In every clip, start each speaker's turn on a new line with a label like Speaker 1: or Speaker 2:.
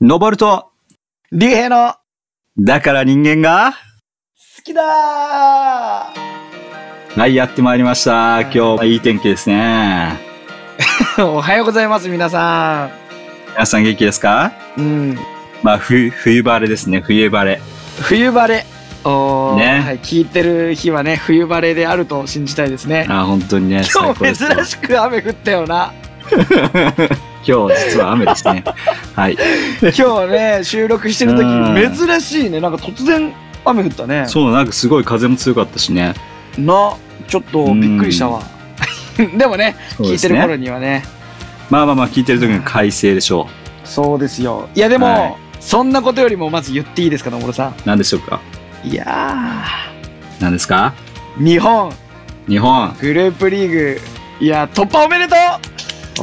Speaker 1: 登ると、
Speaker 2: 竜兵の好
Speaker 1: だから人間が、
Speaker 2: きだー
Speaker 1: はい、やってまいりました。今日はいい天気ですね。
Speaker 2: おはようございます、皆さ
Speaker 1: 皆さん元気ですか
Speaker 2: ん。うん。
Speaker 1: まあ、冬、冬晴れですね。冬晴れ。
Speaker 2: 冬晴れ。おー
Speaker 1: ね
Speaker 2: はい、聞いてる日はね、冬晴れであると信じたいですね。
Speaker 1: あ、本当にね、
Speaker 2: 今日
Speaker 1: ですよ
Speaker 2: 珍しく雨降ったよな。
Speaker 1: 今日実は雨です ね。はい。
Speaker 2: 今日 ね、収録してる
Speaker 1: うん
Speaker 2: 時珍しいね。なんか突然雨降ったね。
Speaker 1: そう、なんかすごい風も強かったしね。
Speaker 2: な、ちょっとびっくりしたわ。 でもね、
Speaker 1: そう
Speaker 2: 聞
Speaker 1: で
Speaker 2: いて
Speaker 1: す
Speaker 2: る
Speaker 1: ね。
Speaker 2: 頃にはね。
Speaker 1: まあまあまあ、聞いてる時の快晴でしょ
Speaker 2: そうですよ。いや、でも、
Speaker 1: はい
Speaker 2: そんなことよりもまず言っていいですか、野村さ
Speaker 1: う。何でしょうか
Speaker 2: ん。いや
Speaker 1: 何ですか
Speaker 2: ー、日本、
Speaker 1: 日本、
Speaker 2: グループリーグ、いや、突破おめでと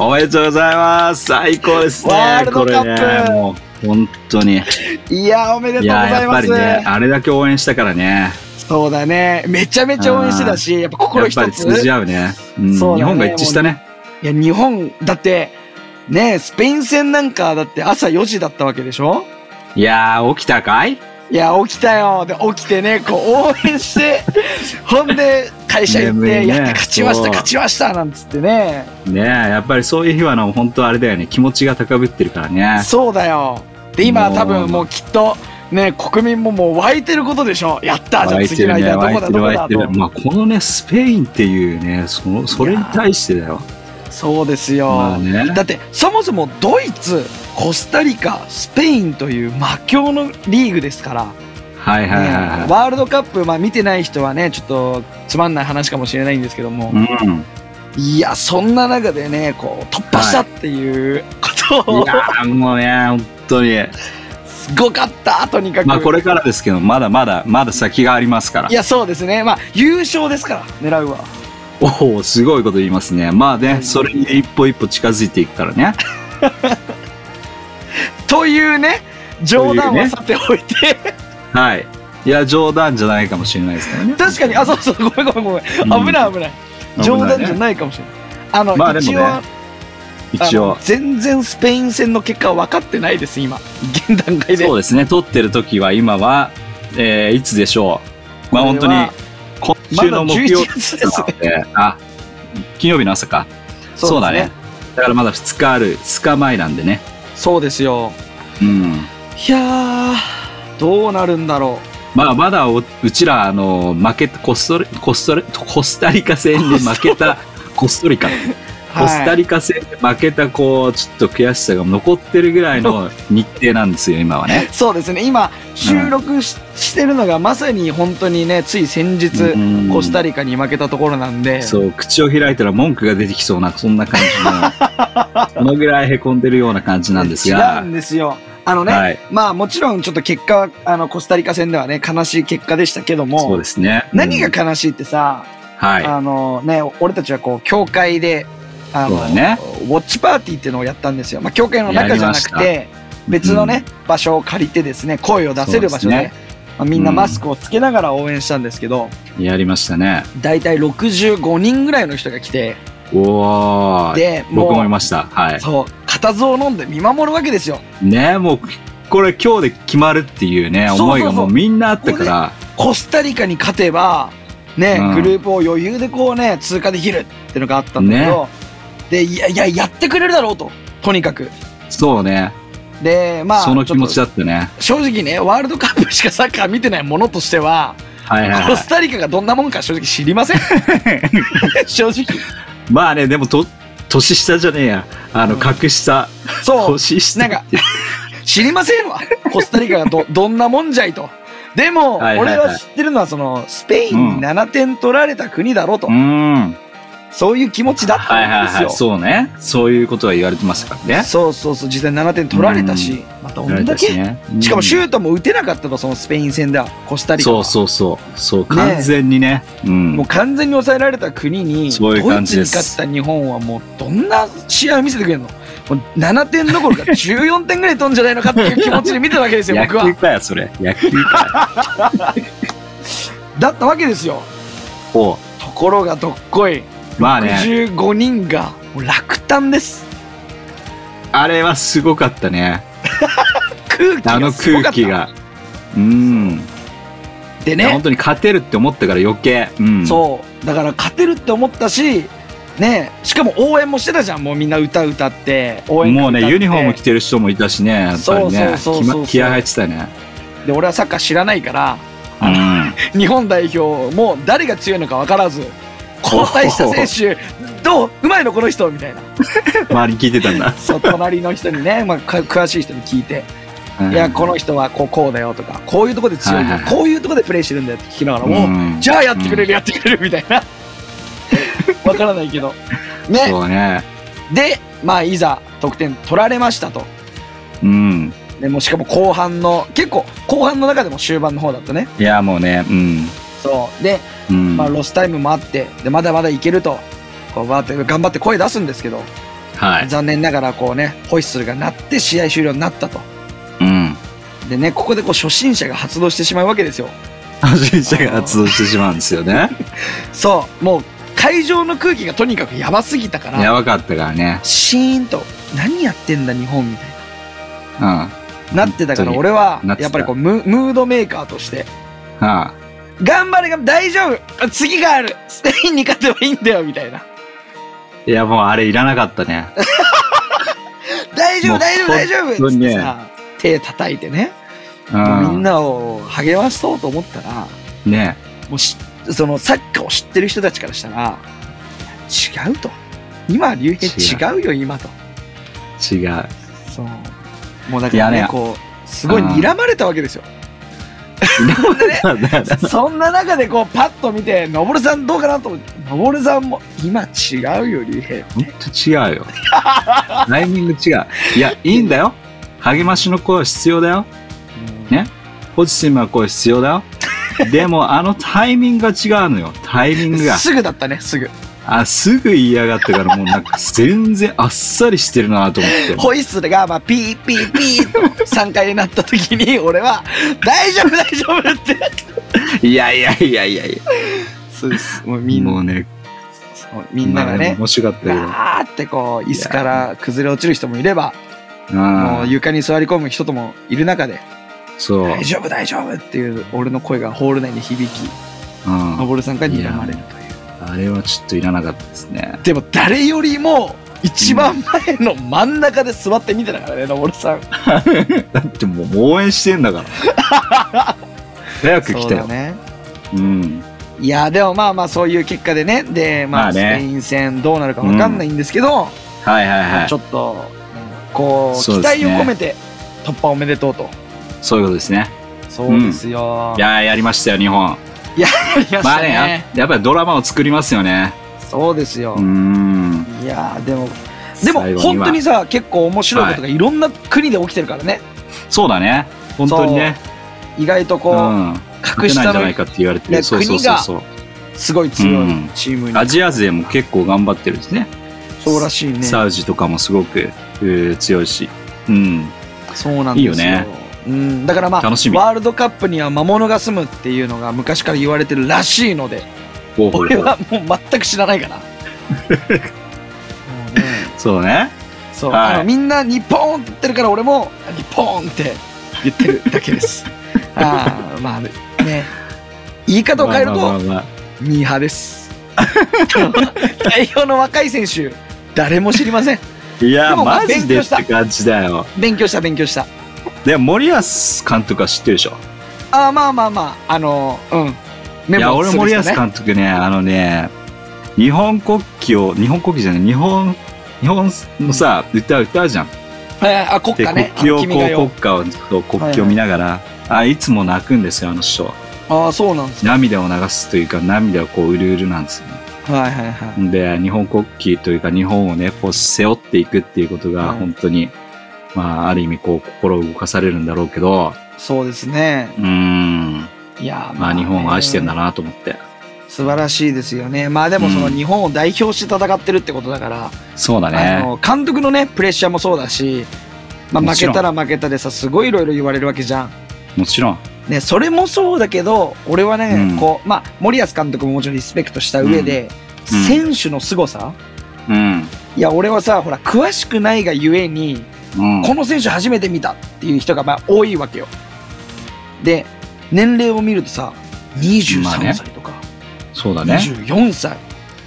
Speaker 2: う
Speaker 1: おめでとうございます。最高ですね。
Speaker 2: ワールドカップ
Speaker 1: これね、もう、本当に。
Speaker 2: いやー、おめでとう
Speaker 1: い
Speaker 2: ご
Speaker 1: や、
Speaker 2: ざ
Speaker 1: やっ
Speaker 2: い
Speaker 1: ぱ
Speaker 2: ます。
Speaker 1: りね、あれだけ応援したからね。
Speaker 2: そうだね。めちゃめちゃ応援してたし、やっぱ
Speaker 1: や
Speaker 2: 心
Speaker 1: っぱ
Speaker 2: 一
Speaker 1: り
Speaker 2: つ。
Speaker 1: 通じ合うね。うん
Speaker 2: そうだね
Speaker 1: 日本が一致したね。
Speaker 2: いや、日本、だって、ね、スペイン戦なんか、だって朝4時だったわけでしょ
Speaker 1: いやー、起きたかい
Speaker 2: いや、起きたよ。で、起きてね、こう、応 援して、ほんで、会社行っ
Speaker 1: 眠
Speaker 2: て、
Speaker 1: いね
Speaker 2: やった、勝ちまし
Speaker 1: そ
Speaker 2: た、
Speaker 1: う
Speaker 2: 勝ちました、なんつってね。
Speaker 1: ねえ、やっぱりそういう日はの、本当あれだよね。気持ちが高ぶってるからね。
Speaker 2: そうだよ。で、今
Speaker 1: もう
Speaker 2: 多分もうきっと、ね、国民ももう湧いてることでしょ。やったじゃあ
Speaker 1: 湧いて
Speaker 2: 次の
Speaker 1: るね、
Speaker 2: 間
Speaker 1: 湧
Speaker 2: ど
Speaker 1: い
Speaker 2: こだ
Speaker 1: て
Speaker 2: ど
Speaker 1: る、
Speaker 2: こ
Speaker 1: 湧い
Speaker 2: だ
Speaker 1: てる。
Speaker 2: と。
Speaker 1: まあ、このね、スペインっていうね、その、それに対してだよ。
Speaker 2: そうですよ。
Speaker 1: まあね。
Speaker 2: だってそもそもドイツ、コスタリカ、スペインという魔境のリーグですから、
Speaker 1: はいはいはい
Speaker 2: ね
Speaker 1: は
Speaker 2: ワールドカップ、まあ、見てない人はねちょっとつまんない話かもしれないんですけども、
Speaker 1: い。うん。
Speaker 2: いやそんな中でねこう突破したっていうことを、
Speaker 1: いやー、もうね、本当に。
Speaker 2: すごかったとにかく、
Speaker 1: まあ、これからですけど、まだまだ、まだ先がありますから
Speaker 2: い。やそうですね、まあ、優勝ですから狙うは
Speaker 1: おお、すごいこと言いますね。まあ
Speaker 2: は
Speaker 1: ね、
Speaker 2: い
Speaker 1: それに一歩一歩近づいていくからね。
Speaker 2: というね冗談はさておいて
Speaker 1: はい。いや、冗談じゃないかもしれないですからね。
Speaker 2: 確かにあそうそうごめんごめんごめん
Speaker 1: うん
Speaker 2: 危ない危ない冗談じゃ
Speaker 1: ね
Speaker 2: ないかもしれないあの、
Speaker 1: まあでもね
Speaker 2: 一応
Speaker 1: 一
Speaker 2: あ
Speaker 1: 応
Speaker 2: の。全然スペイン戦の結果は分かってないです今現段階で
Speaker 1: そうですね、撮ってる時は今は、えーいつでしょう。まあ本当に、今週の
Speaker 2: まだ
Speaker 1: 木曜
Speaker 2: 11
Speaker 1: 日
Speaker 2: 月です
Speaker 1: なので、あ、金曜日の朝か。そうだね。だからまだ2日ある、2日前なんでね。
Speaker 2: そうですよ
Speaker 1: うん。
Speaker 2: いやーどうなるんだろ
Speaker 1: まあまだおうちら、あの、負けた、コストリ、コストリ、コスタリカ戦で負けた、コストリカ、
Speaker 2: う、
Speaker 1: コスタ
Speaker 2: リ
Speaker 1: リカ戦で負けた、こう、ちょっと悔しさが残ってるぐらいの日程なんですよ、今は ね。
Speaker 2: そうですね今収録し,、してるのがまさに本当にねつい先日、
Speaker 1: うん
Speaker 2: コスタリカに負けたところなんで
Speaker 1: そう、口を開いたら文句が出てきそうな、そんな感じの、そのぐらい凹んでるような感じなんです
Speaker 2: 違
Speaker 1: が
Speaker 2: うん、ですよあのね、
Speaker 1: はい、
Speaker 2: まあもちろんちょっと結果はあのコスタリカ戦ではね悲しい結果でしたけども
Speaker 1: そうですね。
Speaker 2: 何
Speaker 1: う
Speaker 2: が
Speaker 1: ん
Speaker 2: 悲しいってさ、
Speaker 1: は
Speaker 2: あのね、俺たちはこう、教会で、あ
Speaker 1: そう
Speaker 2: の、
Speaker 1: だね
Speaker 2: ウォッチパーティーっていうのをやったんですよ。まあ、教会の中じゃなく
Speaker 1: や
Speaker 2: て、別のね、場所を借りてですね、声を出せる場所で、
Speaker 1: そうです
Speaker 2: まあ、みんなマスクをつけながら応援したんですけど、
Speaker 1: い、やりましたね。
Speaker 2: だいたい65人ぐらいの人が来て、
Speaker 1: おー、
Speaker 2: で、
Speaker 1: 僕もい
Speaker 2: も
Speaker 1: ました。は
Speaker 2: う、そう、固唾を飲んで見守るわけですよ。
Speaker 1: い。ね、もう、これ今日で決まるっていうね、
Speaker 2: そうそうそう
Speaker 1: 思いがもうみんなあったから、
Speaker 2: コスタリカに勝てば、ね、
Speaker 1: うん
Speaker 2: グループを余裕でこうね、通過できるっていうのがあったんだけど、で、いやいや、やってくれるだろうと、とにかく。
Speaker 1: そうね、
Speaker 2: で、まあ、
Speaker 1: その気持ち
Speaker 2: ちょっ
Speaker 1: だったね。
Speaker 2: と正直ね、ワールドカップしかサッカー見てないものとしては、
Speaker 1: はいはい、
Speaker 2: コ
Speaker 1: は
Speaker 2: スタリカがどんなもんか正直知りま せん。正直。
Speaker 1: い。まあね、でもと、年下じゃねえや。あの、
Speaker 2: うん
Speaker 1: 格下。
Speaker 2: そう、
Speaker 1: 年下。
Speaker 2: なんか、知りませんわ。コスタリカが どどんなもんじゃいと。でも、
Speaker 1: はいはいはい
Speaker 2: 俺は知ってるのは、その、スペインに7点取られた国だろうと、
Speaker 1: うん。はい
Speaker 2: そういう気持ちだっ
Speaker 1: はい
Speaker 2: たんです
Speaker 1: は
Speaker 2: よ。
Speaker 1: い。そうね。そういうことは言われてましたからね。
Speaker 2: そうそうそう、実際7点取られたし、またどんだけ、
Speaker 1: ね、
Speaker 2: しかもシ
Speaker 1: ュー
Speaker 2: ュートも打てなかったと、そのスペイン戦では、コスタリカ
Speaker 1: そ
Speaker 2: は。
Speaker 1: うそうそうそう完全にねうん
Speaker 2: もう完全に抑えられた国に
Speaker 1: そういう
Speaker 2: ドイ
Speaker 1: 感
Speaker 2: ツ
Speaker 1: じ
Speaker 2: に
Speaker 1: です
Speaker 2: 勝った日本はもうどんな試合を見せてくれるのもう7点どころか14点 ぐらい飛んじゃないのかっていう気持ちで見てたわけですよ、
Speaker 1: 野
Speaker 2: 僕は
Speaker 1: 球。かよそれ野球かよ
Speaker 2: だったわけですよ。
Speaker 1: おう
Speaker 2: ところがどっこい、
Speaker 1: まあね
Speaker 2: 15人がもう落胆です。
Speaker 1: あれはすごかったね
Speaker 2: 空気
Speaker 1: あの
Speaker 2: がすごか
Speaker 1: 空
Speaker 2: っ
Speaker 1: 気
Speaker 2: た
Speaker 1: が。うん。い
Speaker 2: で
Speaker 1: や
Speaker 2: ね
Speaker 1: 本当に勝てるって思ったから余計。うん。
Speaker 2: そうだから勝てるって思ったしねしかも応援もしてたじゃんもうみんな歌歌って応援歌
Speaker 1: もう
Speaker 2: 歌って
Speaker 1: ね、ユニフォーム着てる人もいたしね、やっぱりね、
Speaker 2: そうそうそうそう
Speaker 1: 気ま気合入ってたね。
Speaker 2: で俺はサッカー知らないから
Speaker 1: うん。
Speaker 2: 日本代表も誰が強いのか分からず交代した選手どううまいのこの人みたいな
Speaker 1: 周りに聞いてたんだ。
Speaker 2: そう隣の人にね、 まあ、か詳しい人に聞いて
Speaker 1: うん
Speaker 2: いやこの人はこうこうだよとかこういうとこで強いんだよ
Speaker 1: はいはい
Speaker 2: こういうとこでプレーしてるんだよって聞きながらも、
Speaker 1: うん
Speaker 2: じゃあやってくれるやってくれるみたい なわからないけどね
Speaker 1: そうね。
Speaker 2: でまあいざ得点取られましたと
Speaker 1: うん。
Speaker 2: でもうしかも後半の結構後半の中でも終盤の方だったね
Speaker 1: いや、もうね、うん。
Speaker 2: そうで、
Speaker 1: うん。
Speaker 2: まあ、ロスタイムもあってでまだまだいけるとこうバーって頑張って声出すんですけど
Speaker 1: はい。
Speaker 2: 残念ながらこうねホイッスルが鳴って試合終了になったと
Speaker 1: うん。
Speaker 2: でねここでこう初心者が発動してしまうわけですよ
Speaker 1: 初心者が発動してしまうんですよね。
Speaker 2: そうもう会場の空気がとにかくやばすぎたから
Speaker 1: やばかったからね。
Speaker 2: シーンと何やってんだ日本みたい
Speaker 1: うん。は
Speaker 2: ななってたから
Speaker 1: 本当に
Speaker 2: 俺は
Speaker 1: なってた
Speaker 2: やっぱりこうムムードメーカーとして
Speaker 1: あ。
Speaker 2: 頑張れが大丈夫次があるスペインに勝てばいいんだよみたいない
Speaker 1: や、もうあれいらなかったね。
Speaker 2: 大丈
Speaker 1: もう
Speaker 2: 夫大丈夫大丈
Speaker 1: 本
Speaker 2: 夫
Speaker 1: 当
Speaker 2: っつ
Speaker 1: に
Speaker 2: っ
Speaker 1: ね
Speaker 2: てさ手叩いてね
Speaker 1: う
Speaker 2: みん
Speaker 1: ん。
Speaker 2: なを励まそうと思ったら
Speaker 1: ね。
Speaker 2: もうしそのサッカーを知ってる人たちからしたら違うと今竜兵違うよ今と
Speaker 1: 違う。
Speaker 2: そうもうだから
Speaker 1: いや
Speaker 2: ね
Speaker 1: ね
Speaker 2: こうすごい
Speaker 1: うん
Speaker 2: 睨まれたわけです よそんな中でこうパッと見て、のぼるさんどうかなと思って、のぼるさんも今違うよ、竜兵。
Speaker 1: ほんと違うよ。タイミング違う。いや、いいんだよ。励ましの声は必要だよ。ねポジティブな声必要だよ。でも、あのタイミングが違うのよ。タイミングが。
Speaker 2: すぐだったね、すぐ。
Speaker 1: あ、すぐ言いやがったから、もうなんか全然あっさりしてるなと思って。
Speaker 2: ホイッスルが、まあ、ピーピーピーと3回に なった時に、俺は、大丈夫、大丈夫って。
Speaker 1: いやいやいやいやいや。
Speaker 2: そうです。もうみん
Speaker 1: も
Speaker 2: な、
Speaker 1: うね、
Speaker 2: そうみんなが
Speaker 1: まあ
Speaker 2: ね、
Speaker 1: 面白かったけど。
Speaker 2: ガーってこう、椅子から崩れ落ちる人もいれば、も
Speaker 1: う
Speaker 2: うん床に座り込む人ともいる中で、
Speaker 1: そう。
Speaker 2: 大丈夫、大丈夫っていう、俺の声がホール内に響き、
Speaker 1: うん
Speaker 2: のぼるさんから睨まれるという。
Speaker 1: あれはちょっといらなかったですね。
Speaker 2: でも誰よりも一番前の真ん中で座って見てたからね、のぼるさん。
Speaker 1: だってもう応援してんだから。 早く来たよ。
Speaker 2: ね。
Speaker 1: うん。
Speaker 2: いや、でもまあまあそういう結果でね、で、ま
Speaker 1: ま
Speaker 2: あ
Speaker 1: あ
Speaker 2: ス
Speaker 1: ね
Speaker 2: ペイン戦どうなるかわかんないんですけど、
Speaker 1: はいはいは
Speaker 2: ちょ
Speaker 1: い。
Speaker 2: っと、こう、
Speaker 1: そう
Speaker 2: 期
Speaker 1: ですね
Speaker 2: 待を込めて突破おめでとうと。
Speaker 1: そういうことですね。
Speaker 2: そうですよ。
Speaker 1: いやーやりましたよ、日本。
Speaker 2: やりまし
Speaker 1: ま
Speaker 2: た
Speaker 1: あね、や
Speaker 2: ね。
Speaker 1: やっぱりドラマを作りますよね。
Speaker 2: そうですよ
Speaker 1: うー。ん。
Speaker 2: いや、でも、でも
Speaker 1: 最後
Speaker 2: 本
Speaker 1: は
Speaker 2: 当にさ、結構面白いことがいろんな国で起きてるからね。
Speaker 1: そうだね。本当にね。
Speaker 2: 意外と
Speaker 1: う
Speaker 2: こう、
Speaker 1: ん。
Speaker 2: 格
Speaker 1: 勝てない
Speaker 2: 下
Speaker 1: んじゃな
Speaker 2: の
Speaker 1: いかって言われて
Speaker 2: ね
Speaker 1: る。そうそうそうそう。
Speaker 2: すごい強
Speaker 1: う
Speaker 2: い
Speaker 1: ん
Speaker 2: チームに、
Speaker 1: アジア勢も結構頑張ってるんですね。
Speaker 2: そうらしいね。
Speaker 1: サウジとかもすごくえー強いし。うん。
Speaker 2: そうなんですよ。
Speaker 1: いいよね
Speaker 2: うん、だからまあワ
Speaker 1: 楽しみ
Speaker 2: ールドカップには魔物が住むっていうのが昔から言われてるらしいので
Speaker 1: ほうほう
Speaker 2: 俺
Speaker 1: ほう
Speaker 2: はもう全く知らない からもうね
Speaker 1: そう ね。
Speaker 2: そう、
Speaker 1: はい
Speaker 2: あのみんな日本って言ってるから俺も日本って言ってるだけです あーまあね言い方を変える
Speaker 1: まあまあ
Speaker 2: と
Speaker 1: まあまあ
Speaker 2: ミーハーです 代表の若い選手誰も知りません
Speaker 1: いや
Speaker 2: でも
Speaker 1: ー、
Speaker 2: まあ
Speaker 1: マジでって
Speaker 2: 勉
Speaker 1: 感じだよ。
Speaker 2: 勉強した勉強した
Speaker 1: でも、森保監督は知ってるでしょ。
Speaker 2: あーまあまあまああのうんメ
Speaker 1: いや、
Speaker 2: モ
Speaker 1: 俺、
Speaker 2: する人
Speaker 1: 森
Speaker 2: ね
Speaker 1: 保監督ね、あのね、日本国旗を、日本国旗じゃない、日本、日本のさ、歌歌うじゃん。
Speaker 2: えーあ国
Speaker 1: で、
Speaker 2: 歌ね。
Speaker 1: 国旗を、こ
Speaker 2: 君が代
Speaker 1: う、国歌を、こう国旗を見ながら、あ、いつも泣くんですよ、あの人は。
Speaker 2: ああ、そうなんですね。
Speaker 1: 涙を流すというか、涙をこう、うるうるなんですよね。
Speaker 2: はいはいはい。
Speaker 1: で、日本国旗というか、日本をね、こう、背負っていくっていうことが、
Speaker 2: はい
Speaker 1: 本当に、まあ、ある意味、こう、心を動かされるんだろうけど、
Speaker 2: そうですね。
Speaker 1: うーん、
Speaker 2: いやー、
Speaker 1: まあ、日本を愛してんだ
Speaker 2: な。
Speaker 1: なと思って。
Speaker 2: 素晴らしいですよね。まあでも、その
Speaker 1: うん
Speaker 2: 日本を代表して戦ってるってことだから、
Speaker 1: そうだ
Speaker 2: あ
Speaker 1: ね。
Speaker 2: の監督のね、プレッシャーもそうだし、まあ、
Speaker 1: も
Speaker 2: 負
Speaker 1: ち
Speaker 2: け
Speaker 1: ろん
Speaker 2: たら負けたでさ、すごいいろいろ言われるわけじゃん。
Speaker 1: もちろん。
Speaker 2: ね、それもそうだけど、俺はね、
Speaker 1: うん
Speaker 2: こう、まあ、森保監督ももちろんリスペクトした上で、
Speaker 1: うん
Speaker 2: 選手の凄さ
Speaker 1: うん。
Speaker 2: いや、俺はさ、ほら、詳しくないがゆえに、
Speaker 1: うん。
Speaker 2: この選手初めて見たっていう人がまあ多いわけよ。で、年齢を見るとさ、
Speaker 1: まあね
Speaker 2: 23歳とか、
Speaker 1: そうだね。
Speaker 2: 24歳、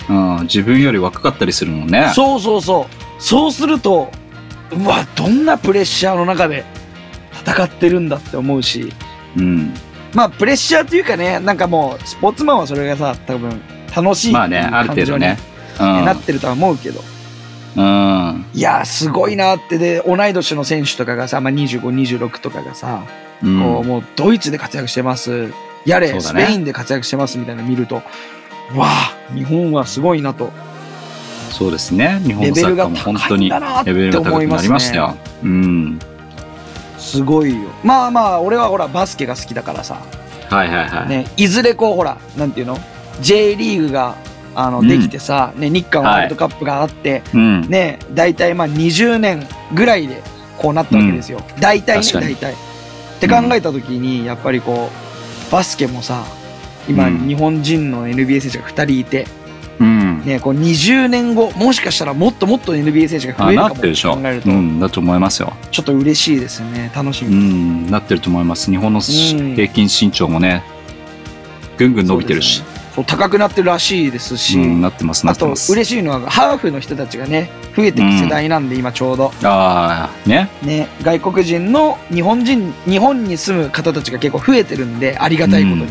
Speaker 1: うん。自分より若かったりするもんね。
Speaker 2: そうそうそう。そうすると、うわ、どんなプレッシャーの中で戦ってるんだって思うし、
Speaker 1: うん。
Speaker 2: まあプレッシャーというかね、なんかもうスポーツマンはそれがさ、多分楽しい
Speaker 1: まあね、ある程度ね。う
Speaker 2: 感情に
Speaker 1: ん
Speaker 2: なってるとは思うけど、
Speaker 1: うん。
Speaker 2: いやーすごいなってで同い年の選手とかがさ、まあ、2526とかがさ、
Speaker 1: うん。
Speaker 2: こうもうドイツで活躍してますやれ、
Speaker 1: そう
Speaker 2: ス
Speaker 1: だね
Speaker 2: ペインで活躍してますみたいなの見るとわあ日本はすごいなと
Speaker 1: そうですね。日本
Speaker 2: レ
Speaker 1: の
Speaker 2: ベ
Speaker 1: サ
Speaker 2: ル
Speaker 1: ッカ
Speaker 2: が
Speaker 1: ーも本当
Speaker 2: 高いん
Speaker 1: に
Speaker 2: だなっ
Speaker 1: レベル
Speaker 2: て
Speaker 1: が高
Speaker 2: 思い
Speaker 1: く
Speaker 2: ま
Speaker 1: な
Speaker 2: す
Speaker 1: りました
Speaker 2: ね
Speaker 1: よ。うん。
Speaker 2: すごいよまあまあ俺はほらバスケが好きだからさ、
Speaker 1: はいはいはい。
Speaker 2: ね、いずれこうほらなんていうの J リーグがあの
Speaker 1: うん
Speaker 2: できてさ、ね、日韓ワールドカップがあって、
Speaker 1: うん。
Speaker 2: ね、大体まあ20年ぐらいでこうなったわけですよ、大体ね
Speaker 1: 確か
Speaker 2: 大
Speaker 1: に
Speaker 2: 体って考えた時にやっぱりこうバスケもさ今
Speaker 1: うん
Speaker 2: 日本人の NBA 選手が2人いて、
Speaker 1: うん。
Speaker 2: ね、こう20年後もしかしたらもっともっと NBA 選手が増
Speaker 1: あ
Speaker 2: えるか
Speaker 1: な
Speaker 2: も
Speaker 1: っ
Speaker 2: って
Speaker 1: てるでしょ。
Speaker 2: 考えると
Speaker 1: うん。だと思いますよ。
Speaker 2: ちょっと嬉しいですよね楽し
Speaker 1: う
Speaker 2: み、
Speaker 1: ん。なってると思います。日本のし
Speaker 2: うん
Speaker 1: 平均身長もね、ぐんぐん伸びてるし
Speaker 2: そう。ですねそう高くなってるらしいですし、
Speaker 1: うん。なってます、な
Speaker 2: あ
Speaker 1: って
Speaker 2: と
Speaker 1: ます。
Speaker 2: 嬉しいのはハーフの人たちがね増えていく世代なんで、今ちょうど
Speaker 1: ああ、ね。
Speaker 2: ね、外国人の日本人日本に住む方たちが結構増えてるんでありがたいことに、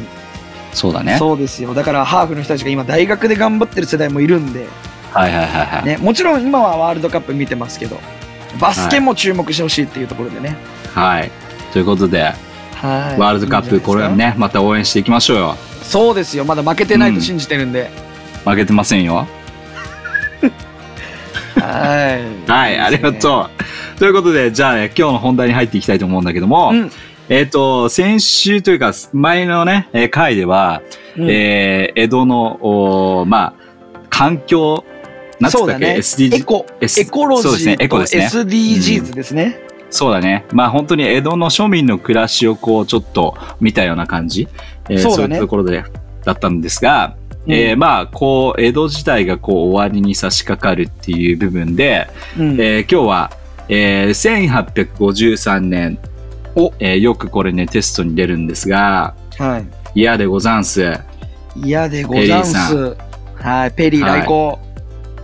Speaker 1: そうだね。
Speaker 2: そうですよだからハーフの人たちが今大学で頑張ってる世代もいるんで、
Speaker 1: はいはいはいはい。
Speaker 2: ね、もちろん今はワールドカップ見てますけどバスケも注目してほしいっていうところでね、
Speaker 1: はい。ということで、
Speaker 2: はい
Speaker 1: ワールドカッ
Speaker 2: いい
Speaker 1: プ、
Speaker 2: んじゃ
Speaker 1: これ
Speaker 2: な
Speaker 1: はい
Speaker 2: です
Speaker 1: ね、また応援していきましょうよ。
Speaker 2: かそうですよまだ負けてないと信じてるんで、
Speaker 1: 負けてませんよ。
Speaker 2: は い
Speaker 1: はい、ありが
Speaker 2: う
Speaker 1: とう。ということで、じゃあね、今日の本題に入っていきたいと思うんだけども、
Speaker 2: うん
Speaker 1: えっ、と、先週というか、前のね、えー回では、
Speaker 2: うん
Speaker 1: えー江戸の、おーまあ、環境、なんつ
Speaker 2: そ
Speaker 1: っ
Speaker 2: う
Speaker 1: た
Speaker 2: だ
Speaker 1: っけ、
Speaker 2: ね
Speaker 1: SDG
Speaker 2: エコ
Speaker 1: S-
Speaker 2: エコロジ
Speaker 1: そうですね
Speaker 2: ー
Speaker 1: エ
Speaker 2: と
Speaker 1: コですね
Speaker 2: SDGs ですね、
Speaker 1: そうだね。まあ本当に江戸の庶民の暮らしをこうちょっと見たような感じ。えー
Speaker 2: そう
Speaker 1: そう
Speaker 2: だね
Speaker 1: いうところで、だったんですが、
Speaker 2: うん
Speaker 1: えーまあこう江戸時代がこう終わりに差し掛かるっていう部分で、
Speaker 2: うん
Speaker 1: えー今日は、えー1853年
Speaker 2: お
Speaker 1: えーよくこれねテストに出るんですが、
Speaker 2: はい
Speaker 1: 嫌でござんす。
Speaker 2: 嫌でござんす。はい、ペリー来航。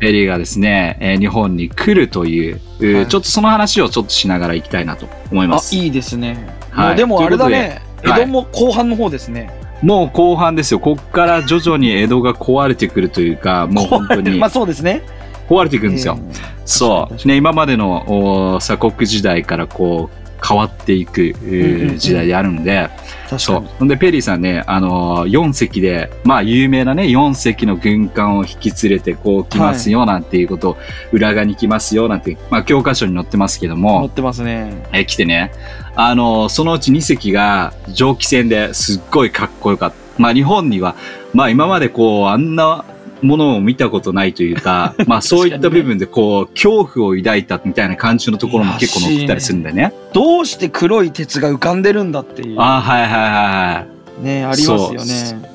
Speaker 1: ペリーがですね、えー日本に来るという、うー
Speaker 2: はい
Speaker 1: ちょっとその話をちょっとしながらいきたいなと思いま
Speaker 2: あ、
Speaker 1: す。
Speaker 2: いいですね。
Speaker 1: はい
Speaker 2: もうでもあれだね。
Speaker 1: ということで
Speaker 2: 江戸も後半の方ですね。
Speaker 1: もう後半ですよ。こっから徐々に江戸が壊れてくるというか、もう本当に
Speaker 2: まあそうですね。
Speaker 1: 壊れていくんですよ。
Speaker 2: えー
Speaker 1: そ
Speaker 2: 確か
Speaker 1: う。ね、今までのお鎖国時代からこう、変わっていくえー
Speaker 2: うんうんうん
Speaker 1: 時代であるんで、
Speaker 2: 確
Speaker 1: そ
Speaker 2: か
Speaker 1: う
Speaker 2: に。。
Speaker 1: ほんで、ペリーさんね、あのー、4隻で、まあ、有名なね、4隻の軍艦を引き連れて、こう、来ますよ、なんていうことを、裏側に来ますよ、なんて、まあ、教科書に載ってますけど
Speaker 2: 乗
Speaker 1: も
Speaker 2: っ、てますね。
Speaker 1: えー来てね、あのー、そのうち2隻が蒸気船ですっごいかっこよかった。まあ、日本には、まあ、今までこう、あんなものを見たことないという か、まあ、そういった部分で、こう、恐怖を抱いたみたいな感じのところも結構載ってたりするんだよね。
Speaker 2: どうして黒い鉄が浮かんでるんだっていう。
Speaker 1: ああ、はいはいはいはい。
Speaker 2: ね、ありますよね。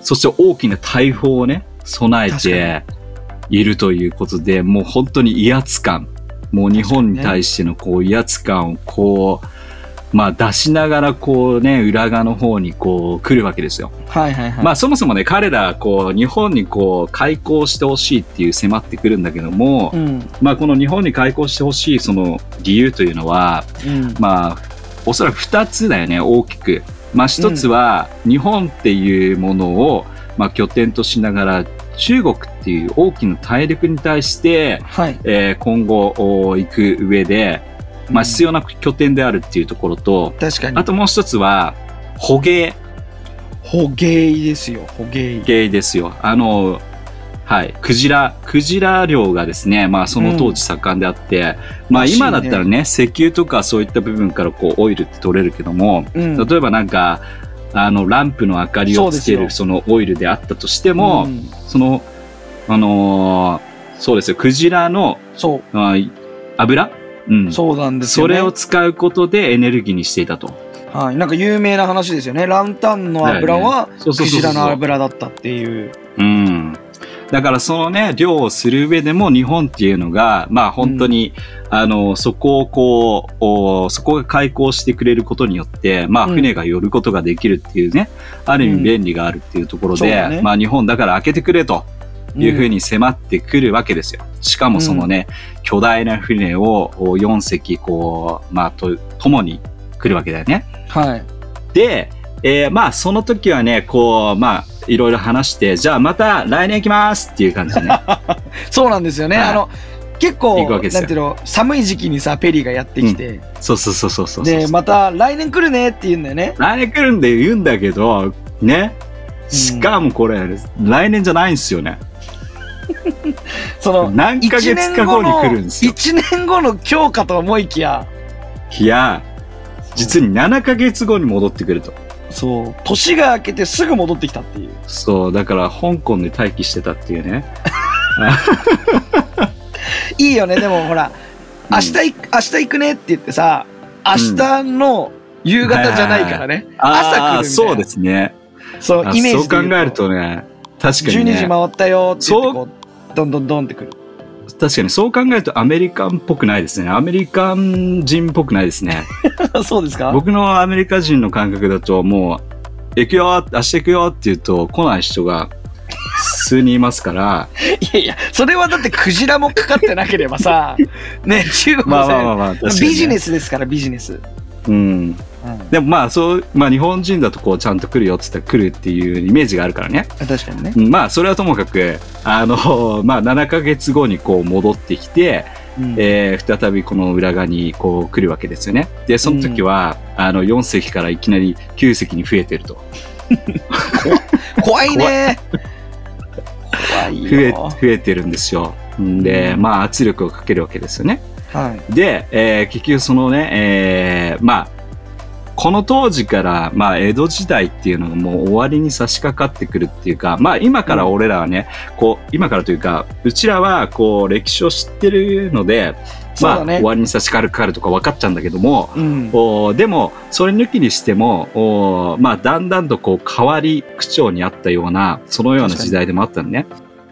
Speaker 1: そして大きな大砲をね、備えて
Speaker 2: 確
Speaker 1: いるということで、もう本当に威圧感。もう日本に対してのこう威圧感をこう、まあ出しながらこうね、裏側の方にこう来るわけですよ。
Speaker 2: はいはいはい。
Speaker 1: まあそもそもね、彼らこう日本にこう開港してほしいっていう迫ってくるんだけども、
Speaker 2: うん。
Speaker 1: まあこの日本に開港してほしいその理由というのは、
Speaker 2: うん。
Speaker 1: まあ、おそらく2つだよね、大きく。まあ、1つは、日本っていうものを、まあ、拠点としながら、中国っていう大きな大陸に対して、
Speaker 2: はい。
Speaker 1: えー今後お行く上で、まあ、必
Speaker 2: 要。
Speaker 1: 要な拠点であるっていうところと、
Speaker 2: 確かに。
Speaker 1: あともう1つは、捕鯨
Speaker 2: 捕鯨ですよ、捕鯨。
Speaker 1: 鯨ですよ。あの、はい、クジラ、クジラ漁がですね、まあその当時盛んであって、まあ
Speaker 2: らしいね
Speaker 1: 今だったらね、石油とかそういった部分からこうオイルって取れるけども、
Speaker 2: うん。
Speaker 1: 例えばなんかあのランプの明かりをつけ
Speaker 2: そう
Speaker 1: る
Speaker 2: です
Speaker 1: そのオイルであったとしても、
Speaker 2: うん
Speaker 1: そのあのーそうですよクジラの
Speaker 2: そ
Speaker 1: あ油、うん
Speaker 2: う、そうなんです
Speaker 1: そ
Speaker 2: よね。
Speaker 1: れを使うことでエネルギーにしていたと
Speaker 2: はい、なんか有名な話ですよね。ランタンの油は
Speaker 1: そうそうそうそう
Speaker 2: クジラの油だったっていう。
Speaker 1: うんだからそのね、漁をする上でも日本っていうのが、まあ本当に、あの、そこをこうお、そこが開港してくれることによって、まあ
Speaker 2: うん
Speaker 1: 船が寄ることができるっていうね、ある意
Speaker 2: うん
Speaker 1: 味便利があるっていうところ
Speaker 2: そう
Speaker 1: で、
Speaker 2: だね
Speaker 1: まあ日本だから開けてくれというふう
Speaker 2: に。
Speaker 1: に迫ってくるわけですよ。しかもそのね、巨大な船を4隻こう、まあと、共に来るわけだよね。
Speaker 2: はい。
Speaker 1: で、えーまあその時はねこうまあいろいろ話してじゃあまた来年行きますっていう感じで ね
Speaker 2: そうなんですよね。
Speaker 1: はい
Speaker 2: あの、結構、
Speaker 1: 行く
Speaker 2: な
Speaker 1: わ
Speaker 2: んて
Speaker 1: け
Speaker 2: い
Speaker 1: ですよ
Speaker 2: うの、寒い時期にさ、ペリーがやってきて、
Speaker 1: そうそうそうそうそう
Speaker 2: で、また来年来るねって言うんだよね。
Speaker 1: 来年来るんで言うんだけどねしかもこれ、来年じゃないんですよね
Speaker 2: その、
Speaker 1: 何ヶ月か後に来るんですよ
Speaker 2: 1年後の今日かと思いきや、
Speaker 1: いや実に7ヶ月後に戻ってくると
Speaker 2: そう、年が明けてすぐ戻ってきたっていう。
Speaker 1: そうだから香港で待機してたっていうね
Speaker 2: いいよね、でもほら、
Speaker 1: うん
Speaker 2: 明日い、明日行くねって言ってさ、明日の夕方じゃないからね。
Speaker 1: あ
Speaker 2: 朝来るみたいな
Speaker 1: ーそうですね
Speaker 2: そう、
Speaker 1: あ
Speaker 2: イメー
Speaker 1: そ
Speaker 2: ジ
Speaker 1: う
Speaker 2: で
Speaker 1: 考
Speaker 2: 言う
Speaker 1: えるとね確かに
Speaker 2: 12
Speaker 1: ね
Speaker 2: 時回ったよって言ってこうどんどんどんってくる
Speaker 1: 確かにそう考えるとアメリカンっぽくないですね。アメリカン人っぽくないですね。
Speaker 2: そうですか
Speaker 1: 僕のアメリカ人の感覚だともう、行くよ明日行くよって言うと来ない人が数人いますから、
Speaker 2: いやいやそれはだってクジラもかかってなけれ ばさね中国
Speaker 1: ま
Speaker 2: は
Speaker 1: あ
Speaker 2: さ、
Speaker 1: まあまあまあ、確かにね、
Speaker 2: ビジネ
Speaker 1: ス。
Speaker 2: スですからビジネス、
Speaker 1: うん。
Speaker 2: うん、
Speaker 1: でもまあそう、まあ日本人だとこうちゃんと来るよって言ったら来るっていうイメージがあるからね。
Speaker 2: 確かにね、
Speaker 1: うんまあそれはともかく、あの、まあ7ヶ月後にこう戻ってきて、
Speaker 2: うん
Speaker 1: えー再びこの裏側にこう来るわけですよね。で、その時は、あの4席からいきなり9席に増えてると。
Speaker 2: 怖いね怖い
Speaker 1: 増え
Speaker 2: よ
Speaker 1: 増えてるんですよ。で、
Speaker 2: うん
Speaker 1: まあ圧力をかけるわけですよね。
Speaker 2: はい
Speaker 1: で、えー結局そのね、えーまあ、この当時から、まあ、江戸時代っていうのがもう終わりに差し掛かってくるっていうか、まあ、今から俺らはね、こう、今からというか、うちらは、こう、歴史を知ってるので、
Speaker 2: そう
Speaker 1: ま
Speaker 2: だ
Speaker 1: あ、
Speaker 2: ね
Speaker 1: 終わりに差し掛かるとか分かっちゃうんだけども、
Speaker 2: うん
Speaker 1: おーでもそれ抜きにしてもおー、まあ、だんだんとこう変わり口調にあったようなそのような時代でもあったのね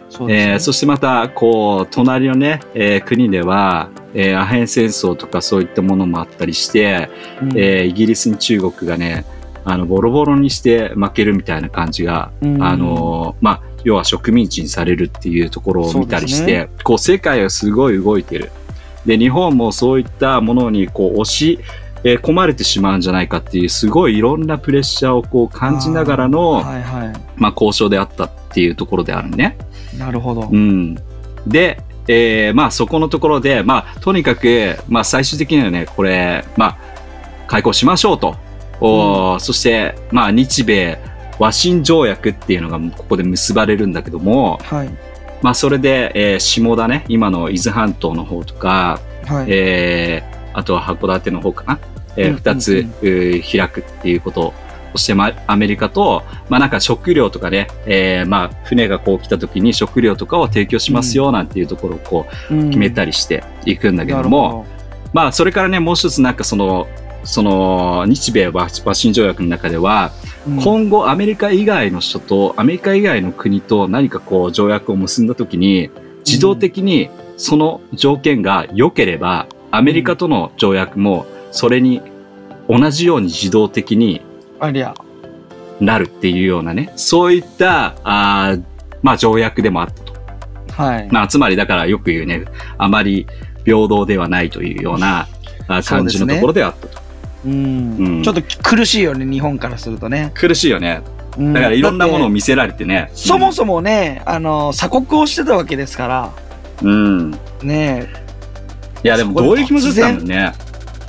Speaker 2: そ
Speaker 1: そ
Speaker 2: うですね
Speaker 1: えーそしてまたこう隣のね、えー国では、えーアヘン戦争とかそういったものもあったりして、
Speaker 2: うん
Speaker 1: えーイギリスに中国がねあのボロボロにして負けるみたいな感じが、
Speaker 2: うん
Speaker 1: あのーまあ、要は植民地にされるっていうところを見たり
Speaker 2: そ
Speaker 1: し
Speaker 2: う
Speaker 1: て
Speaker 2: で
Speaker 1: こう世界はすごい動いてるで日本もそういったものにこう押し、えー込まれてしまうんじゃないかっていうすごいいろんなプレッシャーをこう感じながらの
Speaker 2: はいはい
Speaker 1: まあ、交渉であったっていうところであるね。
Speaker 2: なるほど、
Speaker 1: うん、で、えーまあ、そこのところで、まあ、とにかく、まあ、最終的にはねこれ、まあ、開港しましょうとおー、そして、まあ、日米和親条約っていうのがここで結ばれるんだけども、
Speaker 2: はい
Speaker 1: まあ、それで、えー下田ね今の伊豆半島の方とか、
Speaker 2: はい
Speaker 1: えーあとは函館の方かな、え
Speaker 2: うん
Speaker 1: 2つ、うー開くっていうことそして、ま、アメリカと、まあ、なんか食料とかね、えーまあ、船がこう来た時に食料とかを提供しますよなんていうところをこう
Speaker 2: 決
Speaker 1: 決めたり
Speaker 2: り
Speaker 1: していくんだけども、
Speaker 2: なる
Speaker 1: まあ、それからねもう一つなんかそのその日米和和親条約の中では、
Speaker 2: ほど、うん
Speaker 1: 今後アメリカ以外の人とアメリカ以外の国と何かこう条約を結んだ時に自動的にその条件が良ければアメリカとの条約もそれに同じように自動的に
Speaker 2: ありゃ
Speaker 1: なるっていうようなねそういったあーまあ条約でもあったと、
Speaker 2: はい、
Speaker 1: まあ、つまりだからよく言うねあまり平等ではないというようなあー感じのところではあったと、
Speaker 2: うん
Speaker 1: うん
Speaker 2: ちょっと苦しいよね日本からするとね、
Speaker 1: 苦しいよね
Speaker 2: うん
Speaker 1: だからいろんなものを
Speaker 2: だって
Speaker 1: 見せられてね、
Speaker 2: そもそもねあの鎖国をしてたわけですから
Speaker 1: うん
Speaker 2: ねえ
Speaker 1: いやでも
Speaker 2: そこで
Speaker 1: どういう気持ちだったんだろうね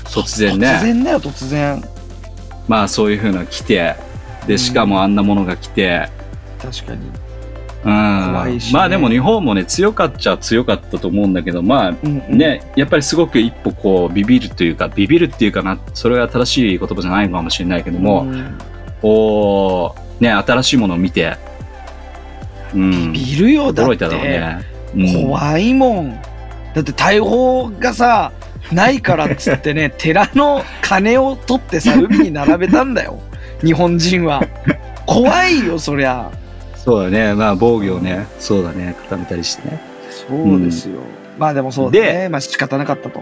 Speaker 1: 突然ね
Speaker 2: 突然だよ突然
Speaker 1: まあそういうふうな来て
Speaker 2: う
Speaker 1: で
Speaker 2: ん
Speaker 1: しかもあんなものが来て、
Speaker 2: 確かに、
Speaker 1: うんま
Speaker 2: いしね
Speaker 1: あでも日本もね強かっちゃ強かったと思うんだけどまあ
Speaker 2: うんうん、
Speaker 1: ね、やっぱりすごく一歩こうビビるというかビビるっていうかなそれが正しい言葉じゃないのかもしれないけども、
Speaker 2: うん
Speaker 1: おーね新しいものを見て、うん、
Speaker 2: ビるよだ
Speaker 1: 驚
Speaker 2: っ
Speaker 1: いた
Speaker 2: て、
Speaker 1: だろうね、うん
Speaker 2: 怖いもんだって大砲がさないからっ つってね寺の鐘を取ってさ海に並べたんだよ日本人は怖いよそりゃ
Speaker 1: そうだね。まあ、防御をね、そうだね、固めたりしてね。
Speaker 2: そうですよ。まあでもそうだね。まあ仕方なかったと。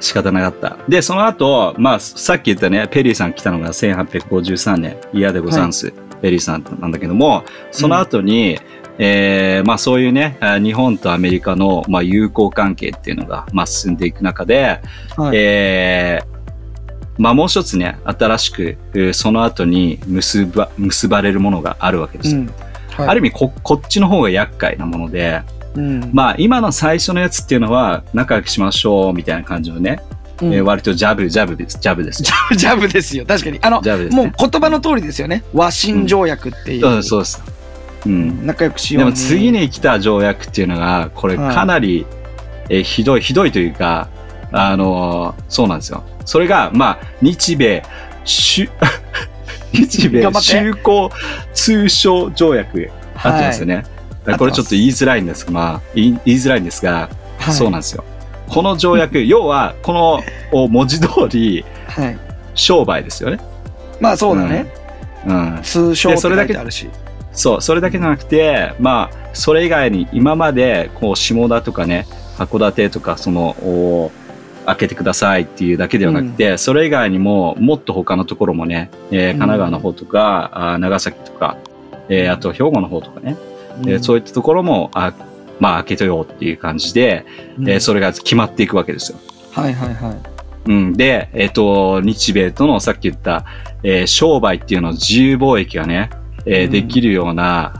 Speaker 1: 仕方なかった。で、その後、まあ、さっき言ったね、ペリーさん来たのが1853年、嫌でござんす、ペリーさんなんだけども、その後に、えーまあそういうね、あ日本とアメリカの、まあ、友好関係っていうのが、まあ、進んでいく中で、
Speaker 2: はい。
Speaker 1: えーまあもう一つね、新しく、えーその後に結ば、結ばれるものがあるわけですよ。
Speaker 2: うん。
Speaker 1: ある
Speaker 2: る
Speaker 1: 意味こ、こっちの方が厄介なもので、
Speaker 2: うん。
Speaker 1: まあ今の最初のやつっていうのは仲良くしましょうみたいな感じのね、
Speaker 2: うん
Speaker 1: えー割とジャブ、ジャブです。ジャブです。
Speaker 2: ジ
Speaker 1: ジ
Speaker 2: ャブジャブですよ。確かに。あの、
Speaker 1: ャブです、
Speaker 2: も
Speaker 1: ね
Speaker 2: う。言葉の通りですよね。和親条約っていう。
Speaker 1: そうですそうです。うん。
Speaker 2: 仲良くしよ
Speaker 1: で
Speaker 2: うね。
Speaker 1: も次に来た条約っていうのが、これ
Speaker 2: はい
Speaker 1: かなり、えーひどい、ひどいというか、あのーそうなんですよ。それが、まあ、日米、し ゅ日米
Speaker 2: 頑張って
Speaker 1: 修好通商条約、あって
Speaker 2: は
Speaker 1: ま
Speaker 2: い、
Speaker 1: すよね。だからこれちょっと言いづらいんですが、まあ、言い言いづらいんですが、
Speaker 2: はい
Speaker 1: そうなんですよ。この条約、要は、このお文字通り、
Speaker 2: はい。
Speaker 1: 商売ですよね。
Speaker 2: まあそうだね。
Speaker 1: うん。
Speaker 2: 通称っ
Speaker 1: で
Speaker 2: て
Speaker 1: それ
Speaker 2: 書い
Speaker 1: だけ
Speaker 2: てあるし。
Speaker 1: そう、それだけじゃなくて、まあ、それ以外に今まで、こう、下田とかね、函館とか、その、お開けてくださいっていうだけではなくて、それ以外にも、もっと他のところもね、えー神奈川の方とか、あー長崎とか、えーあと兵庫の方とかね、えーそういったところも、あまあ、開けとようっていう感じで、
Speaker 2: うん
Speaker 1: えーそれが決まっていくわけですよ。
Speaker 2: はいはいはい。
Speaker 1: うん、で、えっ、と、日米とのさっき言った、えー商売っていうのを自由貿易がね、えー
Speaker 2: うん
Speaker 1: できるような、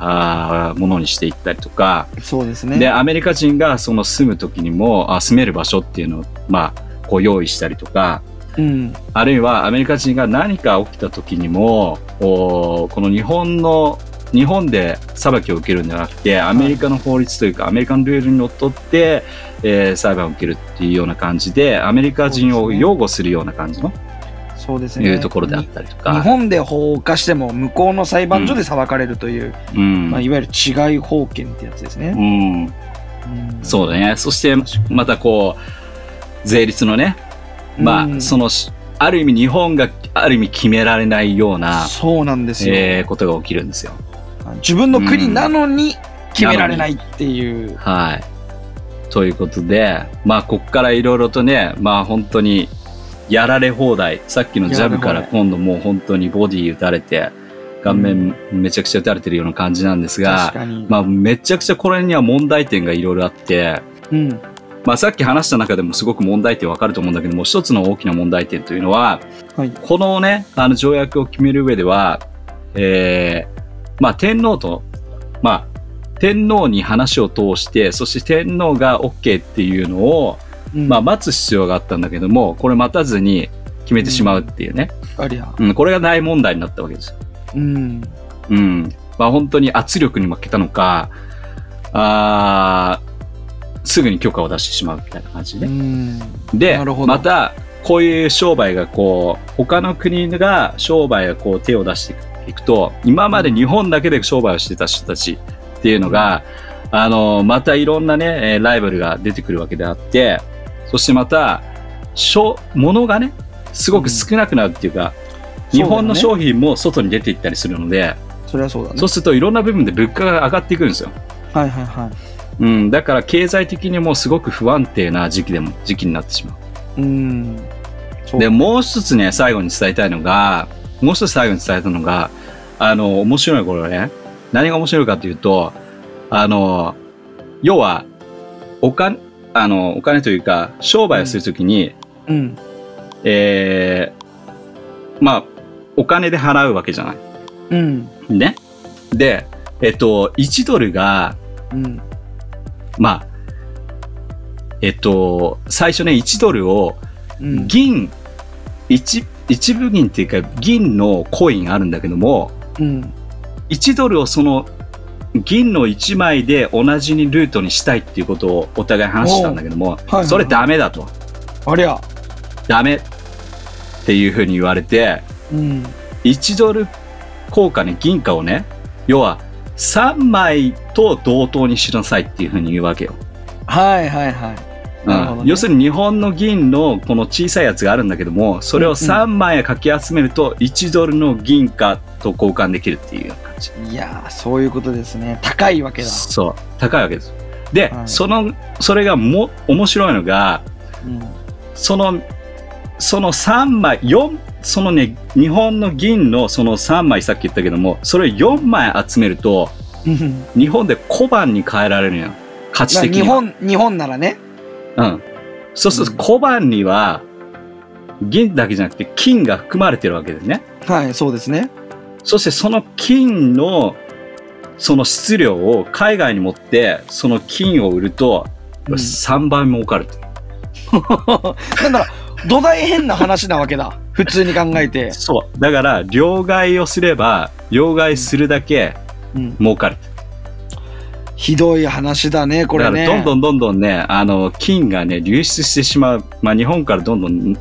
Speaker 1: あーものにしていったりとか、
Speaker 2: そうですね。
Speaker 1: で、アメリカ人がその住む時にも、あ住める場所っていうのを、まあ、こう用意したりとか、
Speaker 2: うん。
Speaker 1: あるいはアメリカ人が何か起きた時にも、おーこの日本の、日本で裁きを受けるんじゃなくて、アメリカの法律というか、アメリカのルールにのっとって、えー裁判を受けるっていうような感じで、アメリカ人を擁護するような感じの、
Speaker 2: そうですね。
Speaker 1: いうところであったりと
Speaker 2: 日
Speaker 1: か、
Speaker 2: 本で法化しても向こうの裁判所で裁かれるという、
Speaker 1: うん
Speaker 2: まあ、いわゆる違い法権ってやつですね。
Speaker 1: うん、
Speaker 2: うん
Speaker 1: そうだねそしてまたこう税率のねまあ、
Speaker 2: うん
Speaker 1: そのしある意味日本がある意味決められないような、
Speaker 2: そうなんですよ、
Speaker 1: えーことが起きるんですよ
Speaker 2: 自分の国なのに決められないっていう。
Speaker 1: はいということでまあこっからいろいろとねまあ本当にやられ放題さっきのジャブか
Speaker 2: やられ
Speaker 1: ら
Speaker 2: 放
Speaker 1: 今度もう本当にボディ打たれて顔面めちゃくちゃ打たれてるような感じなんです
Speaker 2: 確
Speaker 1: が、
Speaker 2: かに。
Speaker 1: まあめちゃくちゃこれには問題点がいろいろあって、
Speaker 2: うん。
Speaker 1: まあ、さっき話した中でもすごく問題点わかると思うんだけども、一つの大きな問題点というのは、
Speaker 2: はい。
Speaker 1: このね、あの条約を決める上では、えーまあ、天皇と、まあ、天皇に話を通して、そして天皇が OK っていうのを、
Speaker 2: うん
Speaker 1: まあ、待つ必要があったんだけども、これ待たずに決めてしまうっていうね、
Speaker 2: ありゃ。
Speaker 1: うん、これが大問題になったわけですよ。
Speaker 2: うん。
Speaker 1: うん。まあ、本当に圧力に負けたのか、あーすぐに許可を出してしまうみたいな感じ
Speaker 2: う
Speaker 1: で、ね。
Speaker 2: ん。
Speaker 1: で
Speaker 2: なるほど
Speaker 1: またこういう商売がこう他の国が商売がこう手を出していくと今まで日本だけで商売をしてた人たちっていうのが、あのまたいろんなねえーライバルが出てくるわけであってそしてまた商物がねすごく少なくなるっていうか、日本の
Speaker 2: そうだ
Speaker 1: 商
Speaker 2: ね
Speaker 1: 品も外に出ていったりするので
Speaker 2: それはそうだね
Speaker 1: そう。するといろんな部分で物価が上がっていくんですよ。
Speaker 2: はいはいは
Speaker 1: うん、だから経済的にもすごく不安定な時期でも時期になってしまう。
Speaker 2: い。うん。そう
Speaker 1: で、もう一つね、最後に伝えたいのが、もう一つ最後に伝えたのが、あの、面白いこれね。何が面白いかというと、あの、要は、お金、あの、お金というか、商売をするときに、
Speaker 2: うん。
Speaker 1: えーまあ、お金で払うわけじゃな
Speaker 2: うん。
Speaker 1: い。ね。で、えっと、1ドルが、
Speaker 2: うん。
Speaker 1: まあ、えっと、最初ね、1ドルを
Speaker 2: うん。
Speaker 1: 銀、一、一部銀っていうか銀のコインあるんだけども、
Speaker 2: うん。
Speaker 1: 1ドルをその銀の1枚で同じにルートにしたいっていうことをお互い話したんだけども、
Speaker 2: いはいはい
Speaker 1: それダメだと。
Speaker 2: ありゃ。
Speaker 1: ダメっていうふうに言われて、
Speaker 2: うん。
Speaker 1: 1ドル硬貨ね、銀貨をね、要は3枚と同等にしなさいっていうふうに言うわけよ。
Speaker 2: はいはいはい。なるほどね
Speaker 1: 要するに日本の銀のこの小さいやつがあるんだけどもそれを3枚かき集めると1ドルの銀貨と交換できるっていうような感じ
Speaker 2: いやーそういうことですね高いわけだ、
Speaker 1: そう高いわけですで、
Speaker 2: はい
Speaker 1: そのそれがも面白いのが
Speaker 2: うん
Speaker 1: そのその3枚4そのね日本の銀のその3枚さっき言ったけどもそれ4枚集めると
Speaker 2: うん
Speaker 1: 日本で小判に変えられるのよ価値
Speaker 2: まあ
Speaker 1: 的
Speaker 2: 日
Speaker 1: には
Speaker 2: 本日本ならね
Speaker 1: うん。そうすると小判には、銀だけじゃなくて金が含まれてるわけでね。
Speaker 2: はいそうですね
Speaker 1: そしてその金の、その質量を海外に持って、その金を売ると、
Speaker 2: うん
Speaker 1: 3倍儲かると。
Speaker 2: なんだろう土台変な話なわけだ普通に考えて、
Speaker 1: そう。だから、両替をすれば、両替するだけ
Speaker 2: うん、
Speaker 1: 儲かる。
Speaker 2: ひどい話だねこれね
Speaker 1: だから、どんどんどんどんね、あの、金がね、流出してしまう。まあ、日本からどんどん、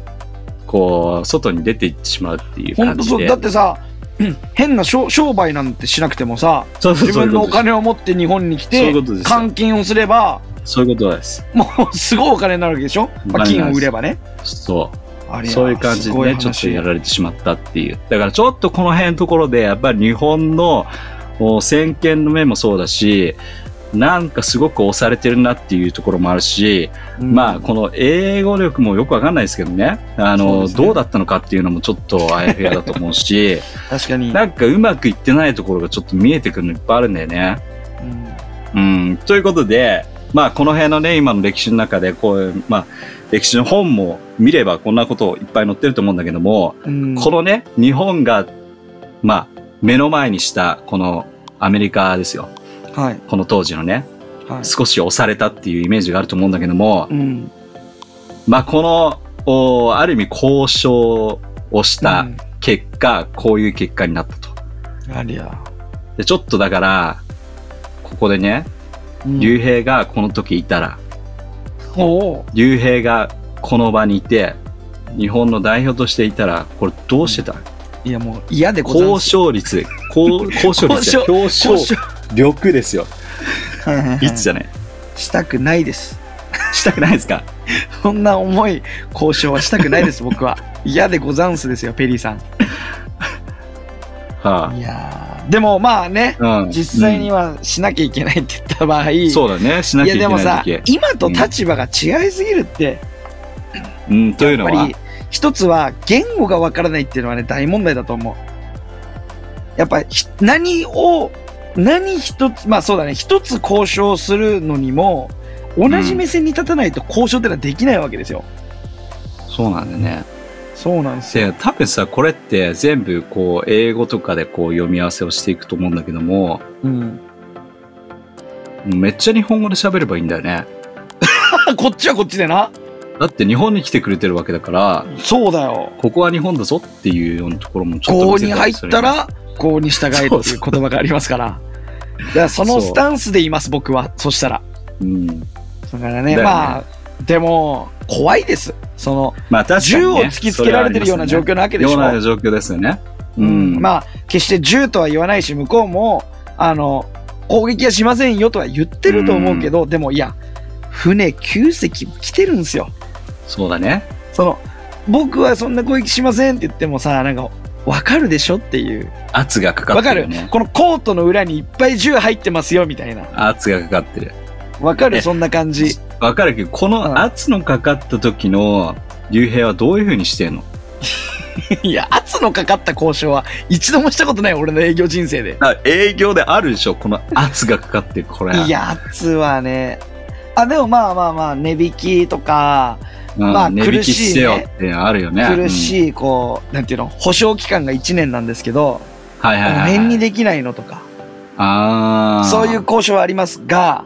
Speaker 1: こう、外に出ていってしまうっていう
Speaker 2: 本
Speaker 1: 感
Speaker 2: 当
Speaker 1: じ
Speaker 2: そう
Speaker 1: で。
Speaker 2: だってさうん変な商商売なんてしなくてもさ
Speaker 1: そうそう
Speaker 2: 自
Speaker 1: そういう
Speaker 2: 分
Speaker 1: こと
Speaker 2: のお金を持って日本に来
Speaker 1: そういう
Speaker 2: て
Speaker 1: ことです。
Speaker 2: 換金をすれば
Speaker 1: そういうことです。
Speaker 2: もうすごいお金になるわけでしょ、ま
Speaker 1: お
Speaker 2: あ、
Speaker 1: 金に
Speaker 2: 金
Speaker 1: な
Speaker 2: を
Speaker 1: る
Speaker 2: 売ればね
Speaker 1: そ
Speaker 2: あ
Speaker 1: う。
Speaker 2: りゃ
Speaker 1: そういう感じ
Speaker 2: す
Speaker 1: で
Speaker 2: ごい
Speaker 1: ね、
Speaker 2: 話
Speaker 1: ちょっとやられてしまったっていう。だからちょっとこの辺のところで、やっぱり日本のお先見の目もそうだし、なんかすごく押されてるなっていうところもあるし、
Speaker 2: うん
Speaker 1: まあこの英語力もよくわかんないですけどね、あ
Speaker 2: そう
Speaker 1: の、
Speaker 2: ですね
Speaker 1: どうだったのかっていうのもちょっとあやふやだと思う し、
Speaker 2: 確かに、
Speaker 1: なんかうまくいってないところがちょっと見えてくるのいっぱいあるんだよね。
Speaker 2: うん
Speaker 1: うん、ということで、まあ、この辺のね、今の歴史の中で、こういう、まあ、歴史の本も見ればこんなこといっぱい載ってると思うんだけども、
Speaker 2: うん
Speaker 1: このね、日本が、まあ、目の前にした、このアメリカですよ。
Speaker 2: はい
Speaker 1: この当時のね、
Speaker 2: はい
Speaker 1: 少し押されたっていうイメージがあると思うんだけども
Speaker 2: う、ん
Speaker 1: まあ、この、おある意味交渉をした
Speaker 2: うん
Speaker 1: 結果、こういう結果になったと。
Speaker 2: ありゃ、
Speaker 1: で、ちょっとだから、ここでね、
Speaker 2: うん
Speaker 1: 竜兵がこの時いたら、
Speaker 2: おー
Speaker 1: 竜兵がこの場にいて日本の代表としていたらこれどうしてた、
Speaker 2: いやもう嫌でございま
Speaker 1: 交
Speaker 2: す
Speaker 1: 渉率交交渉率じゃない交渉力ですよ
Speaker 2: はいはいはい
Speaker 1: 率じゃない
Speaker 2: したくないです
Speaker 1: したくないですか
Speaker 2: そんな重い交渉はしたくな いです僕は嫌でござんすですよペリーさん
Speaker 1: はい
Speaker 2: やーでもまあね
Speaker 1: あ、うん、
Speaker 2: 実際にはしなきゃいけないって言った場合、
Speaker 1: うんそうだねしなきゃ
Speaker 2: や
Speaker 1: いけ
Speaker 2: でも
Speaker 1: ない
Speaker 2: さ
Speaker 1: 時
Speaker 2: 今と立場が違いすぎるって、
Speaker 1: うんというの
Speaker 2: やっぱ
Speaker 1: は
Speaker 2: り一つは言語がわからないっていうのはね大問題だと思うやっぱひ何を何一つまあそうだね一つ交渉するのにも同じ目線に立たないと交渉ってのはできないわけですよ、
Speaker 1: そうなんだよね
Speaker 2: そうなんですよ
Speaker 1: で多分さこれって全部こう英語とかでこう読み合わせをしていくと思うんだけども
Speaker 2: うん、
Speaker 1: めっちゃ日本語で喋ればいいんだよね
Speaker 2: あこっちはこっちでな
Speaker 1: だって日本に来てくれてるわけだから
Speaker 2: そうだよ
Speaker 1: ここは日本だぞっていうようなところもちょっと
Speaker 2: 郷
Speaker 1: 見せ
Speaker 2: に
Speaker 1: たり
Speaker 2: 入っ
Speaker 1: する
Speaker 2: たら郷に従えっていう
Speaker 1: そう
Speaker 2: 言葉がありますからだからそのスタンスでいます僕はそしたら
Speaker 1: うん、
Speaker 2: だからね
Speaker 1: だよね
Speaker 2: まあでも怖いですその
Speaker 1: まあ確かに、
Speaker 2: 銃
Speaker 1: ね、
Speaker 2: を突きつけられてるような状況なわけでし
Speaker 1: よう
Speaker 2: ょ
Speaker 1: な状況ですよね。うん。
Speaker 2: まあ決して銃とは言わないし向こうもあの攻撃はしませんよとは言ってると思うけど、でもいや船9隻も来てるんですよ
Speaker 1: そうだね。
Speaker 2: その僕はそんな攻撃しませんって言ってもさなんかわかるでしょっていう
Speaker 1: 圧がかか
Speaker 2: わ
Speaker 1: って
Speaker 2: か
Speaker 1: るよ
Speaker 2: る
Speaker 1: ね。
Speaker 2: このコートの裏にいっぱい銃入ってますよみたいな
Speaker 1: 圧がかかってる。
Speaker 2: わかる
Speaker 1: ね
Speaker 2: そんな感 じ
Speaker 1: わかるけど、こ
Speaker 2: うん
Speaker 1: の圧のかかった時の竜兵はどういうふうにしてんの
Speaker 2: いや圧のかかった交渉は一度もしたことない俺の営業人生で
Speaker 1: あ営業であるでしょ、この圧がかかってる、これ。
Speaker 2: いや圧はねあでもまあまあまあ値引きとか
Speaker 1: うん、
Speaker 2: まあ
Speaker 1: 値引きしてよ
Speaker 2: 苦しいね
Speaker 1: ってあるよね。
Speaker 2: 苦
Speaker 1: い。
Speaker 2: しいこうなんていうの保証期間が1年なんですけど
Speaker 1: はいはいはい。
Speaker 2: 年にできないのとか
Speaker 1: ああ。
Speaker 2: そういう交渉はありますが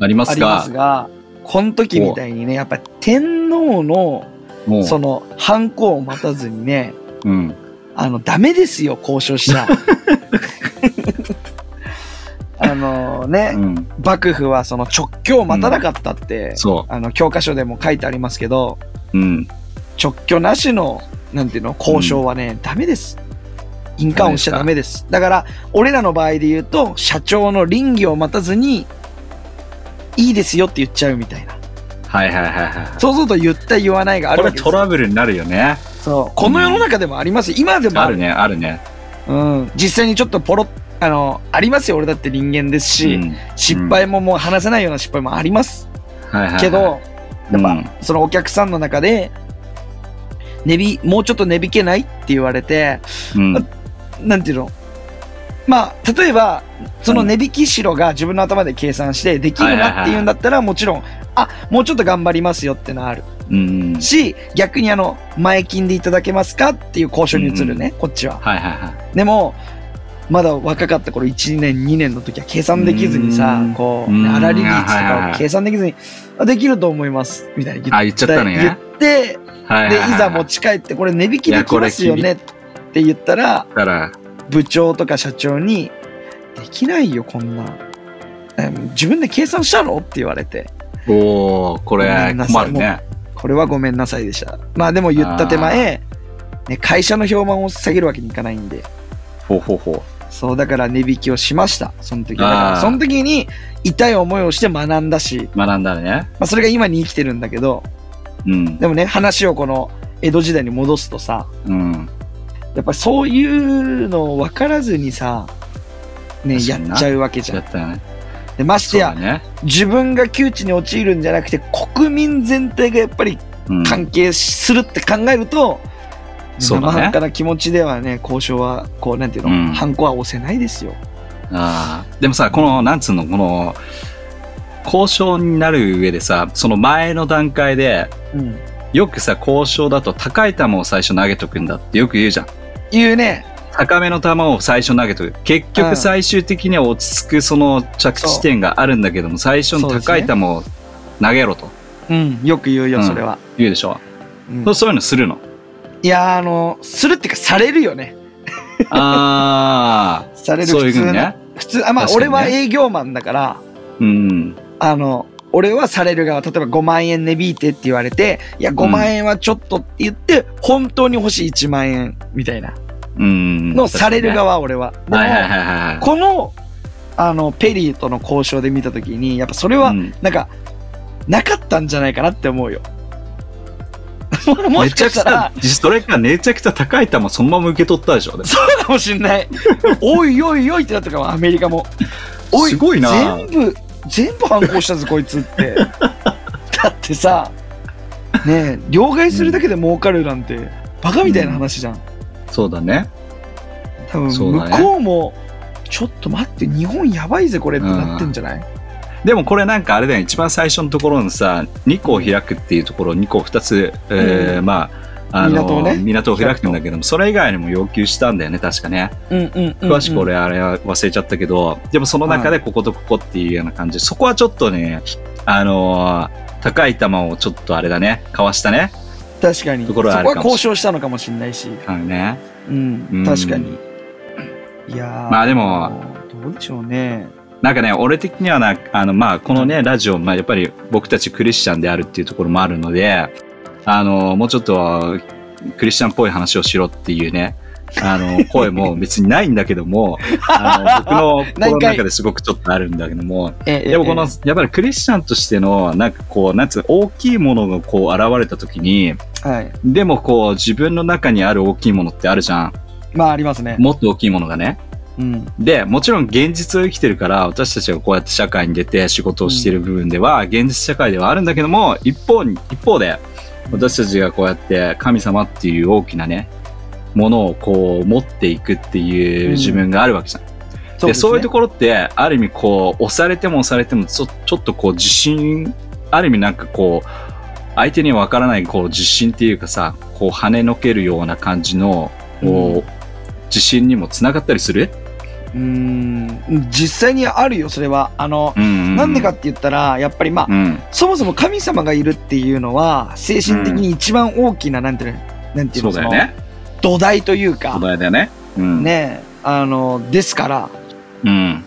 Speaker 1: ありま
Speaker 2: あ
Speaker 1: す
Speaker 2: り
Speaker 1: か
Speaker 2: ますがこの時みたいにねやっぱ天皇の
Speaker 1: もう。
Speaker 2: その反抗を待たずにね
Speaker 1: うん。
Speaker 2: あの、ダメですよ、交渉し ちゃ。あの
Speaker 1: う
Speaker 2: ね、
Speaker 1: ん。
Speaker 2: 幕府はその直教を待たなかったって、
Speaker 1: そ
Speaker 2: あの、教科書でも書いてありますけど、
Speaker 1: う。うん。
Speaker 2: 直教なしの、なんていうの、交渉はね、ダメです。印鑑をしちゃダメです。だから、俺らの場合で言うと、社長の倫理を待たずに、いいですよって言っちゃうみたいな。
Speaker 1: はいはいはいはいはい。
Speaker 2: そうすると言った言わないがあ
Speaker 1: これ
Speaker 2: るわけです
Speaker 1: ト
Speaker 2: よ
Speaker 1: ラブルになるよね。
Speaker 2: そうこの世の中でもありますよ今でも
Speaker 1: あ
Speaker 2: ある
Speaker 1: るね、あるね。
Speaker 2: うん、実際にちょっとポロあのありますよ俺だって人間ですし、
Speaker 1: うん
Speaker 2: 失敗ももう話せないような失敗もあります
Speaker 1: はいはいはい
Speaker 2: けど、、
Speaker 1: うん
Speaker 2: やっぱそのお客さんの中で値引もうちょっと値引けないって言われて
Speaker 1: うん
Speaker 2: なんていうのまあ例えばその値引きしろが自分の頭で計算してできるなっていうんだったらもちろんあもうちょっと頑張りますよってのはある
Speaker 1: うん。はい
Speaker 2: し逆にあの前金でいただけますかっていう交渉に移るね、こっちは。
Speaker 1: はいは
Speaker 2: でもまだ若かった頃1年2年の時は計算できずに
Speaker 1: う
Speaker 2: さ
Speaker 1: ーん
Speaker 2: こ
Speaker 1: うー
Speaker 2: うん粗利率と
Speaker 1: はいはい
Speaker 2: か
Speaker 1: は
Speaker 2: を
Speaker 1: い
Speaker 2: 計算できずにあできると思いますみたいに言
Speaker 1: い。あ、言っちゃったの
Speaker 2: 言
Speaker 1: ね
Speaker 2: っ。て
Speaker 1: はいは
Speaker 2: で
Speaker 1: はい
Speaker 2: ざ持ち帰ってこれ値引きできますよ
Speaker 1: い
Speaker 2: ねって言ったら
Speaker 1: だから、
Speaker 2: 部長とか社長に「できないよこんなえ自分で計算したの?」って言われて
Speaker 1: おおこ
Speaker 2: ごめ
Speaker 1: れ
Speaker 2: んな
Speaker 1: 困
Speaker 2: さ
Speaker 1: る
Speaker 2: い
Speaker 1: ね。
Speaker 2: これはごめんなさいでしたまあでも言った手前、ね、会社の評判を下げるわけにいかないんで
Speaker 1: ほうほうほ
Speaker 2: そう、だから値引きをしました。その時は。だか
Speaker 1: あ
Speaker 2: ら
Speaker 1: ー
Speaker 2: その時に痛い思いをして学んだし、
Speaker 1: う。学んだね。
Speaker 2: まあ、それが今に生きてるんだけど、
Speaker 1: うん。
Speaker 2: でもね、話をこの江戸時代に戻すとさ、
Speaker 1: うん。
Speaker 2: やっぱりそういうのを分からずにさ、ね、
Speaker 1: 確
Speaker 2: や
Speaker 1: かにな
Speaker 2: っちゃうわけじゃ
Speaker 1: や
Speaker 2: ん。
Speaker 1: ったよね。
Speaker 2: でまして
Speaker 1: そうだ
Speaker 2: や、
Speaker 1: ね。
Speaker 2: 自分が窮地に陥るんじゃなくて、国民全体がやっぱり
Speaker 1: うん。
Speaker 2: 関係するって考えると、
Speaker 1: そうだね
Speaker 2: 生半可な気持ちではね、交渉は、こう、なんていうの、
Speaker 1: うん
Speaker 2: ハンコは押せないですよ。
Speaker 1: ああでもさこのなんつうのこの交渉になる上でさその前の段階で
Speaker 2: うん。
Speaker 1: よくさ交渉だと高い球を最初投げとくんだってよく言うじゃん
Speaker 2: 言うね、
Speaker 1: 高めの球を最初投げとく結
Speaker 2: う
Speaker 1: 局
Speaker 2: ん
Speaker 1: 最終的には落ち着くその着地点があるんだけども最初の高い球を投げろと
Speaker 2: うん、よく言う
Speaker 1: う
Speaker 2: よ、
Speaker 1: ん
Speaker 2: それは。
Speaker 1: 言うでしょ、
Speaker 2: うん
Speaker 1: そうそういうのするの
Speaker 2: いやーあのするっていうかされるよね
Speaker 1: あ
Speaker 2: され
Speaker 1: あ
Speaker 2: る
Speaker 1: そうい
Speaker 2: 普
Speaker 1: うふ
Speaker 2: 通
Speaker 1: う
Speaker 2: の
Speaker 1: にね
Speaker 2: 普通あまあ、
Speaker 1: 確か
Speaker 2: 俺
Speaker 1: にね
Speaker 2: は営業マンだから
Speaker 1: うん
Speaker 2: あの俺はされる側例えば5万円値引いてって言われていや5万円はちょっとって言って、本当に欲しい1万円みたいな
Speaker 1: うん
Speaker 2: のをされる
Speaker 1: 確
Speaker 2: 側、俺はでも、
Speaker 1: かにねはいはいはいはい
Speaker 2: このあのペリーとの交渉で見た時にやっぱそれは
Speaker 1: うん
Speaker 2: なんか、なかったんじゃないかなって思うよ も
Speaker 1: め
Speaker 2: し
Speaker 1: ちゃ
Speaker 2: か
Speaker 1: く
Speaker 2: し
Speaker 1: ち
Speaker 2: たら
Speaker 1: ゃ、それかめちゃくちゃ高い球そのまま受け取ったでしょ。でも
Speaker 2: そうかもしんない。おいおいおいってなったかも、アメリカも。お
Speaker 1: すごいな
Speaker 2: 全部、全部反抗したぞ、こいつって。 だってさ、ねえ、両替するだけで儲かるなんて、バカみたいな話じゃん。
Speaker 1: そうだね。
Speaker 2: 多
Speaker 1: そ
Speaker 2: 分、
Speaker 1: うだね
Speaker 2: 向こうも、ちょっと待って、日本やばいぜ、これってなってんじゃない
Speaker 1: でもこれなんかあれだよね、一番最初のところのさ、2個を開くっていうところ、2個2つ、えーまあ、あの
Speaker 2: 港をね
Speaker 1: 港を開くんだけども、それ以外にも要求したんだよね、確かね。
Speaker 2: うんうんうん、
Speaker 1: 詳しく俺、あれは忘れちゃったけど、でもその中でこことここっていうような感じ、そこはちょっとね、あのー高い球をちょっとあれだね、かわしたね。
Speaker 2: 確かに。
Speaker 1: と
Speaker 2: そ
Speaker 1: こ
Speaker 2: こ
Speaker 1: ろはあ
Speaker 2: は
Speaker 1: るかもしれない
Speaker 2: 交渉したのかもしれないし。
Speaker 1: あのね
Speaker 2: うん、
Speaker 1: うん
Speaker 2: 確かに。いやー
Speaker 1: まあでも、
Speaker 2: どうでしょうね。
Speaker 1: なんかね、俺的にはな、あの、まあ、このね、ラジオ、まあ、やっぱり僕たちクリスチャンであるっていうところもあるので、あの、もうちょっと、クリスチャンっぽい話をしろっていうね、あの、声も別にないんだけど も、あの、僕の
Speaker 2: な
Speaker 1: 心
Speaker 2: い
Speaker 1: の
Speaker 2: んかい
Speaker 1: 中ですごくちょっとあるんだけども、
Speaker 2: ええ
Speaker 1: でもこ
Speaker 2: え
Speaker 1: の、やっぱりクリスチャンとしての、なんかこう、なんつうの大きいものがこう現れた時に、
Speaker 2: えはい。
Speaker 1: でもこう、自分の中にある大きいものってあるじゃん。
Speaker 2: まあありますね。
Speaker 1: もっと大きいものがね。
Speaker 2: うん。
Speaker 1: で、もちろん現実を生きてるから、私たちがこうやって社会に出て仕事をしている部分では、現実社会ではあるんだけども、一方に、一方で、私たちがこうやって神様っていう大きなね、ものをこう持っていくっていう自分があるわけじゃん。でそういうところって、ある意味こう、押されても押されても、ちょちょっとこう自信、ある意味なんかこう、相手にわからないこう自信っていうかさ、こう跳ねのけるような感じの、こう、自信にもつながったりする
Speaker 2: うーん実際にあるよそれはあの、
Speaker 1: な
Speaker 2: なんでかって言ったらやっぱりまあ、
Speaker 1: うん、
Speaker 2: そもそも神様がいるっていうのは精神的に一番大きな、なんていうのなんていう
Speaker 1: そ
Speaker 2: の
Speaker 1: うだよね。
Speaker 2: その土台というか
Speaker 1: そうだよね。うん。
Speaker 2: ねあのですから
Speaker 1: うん。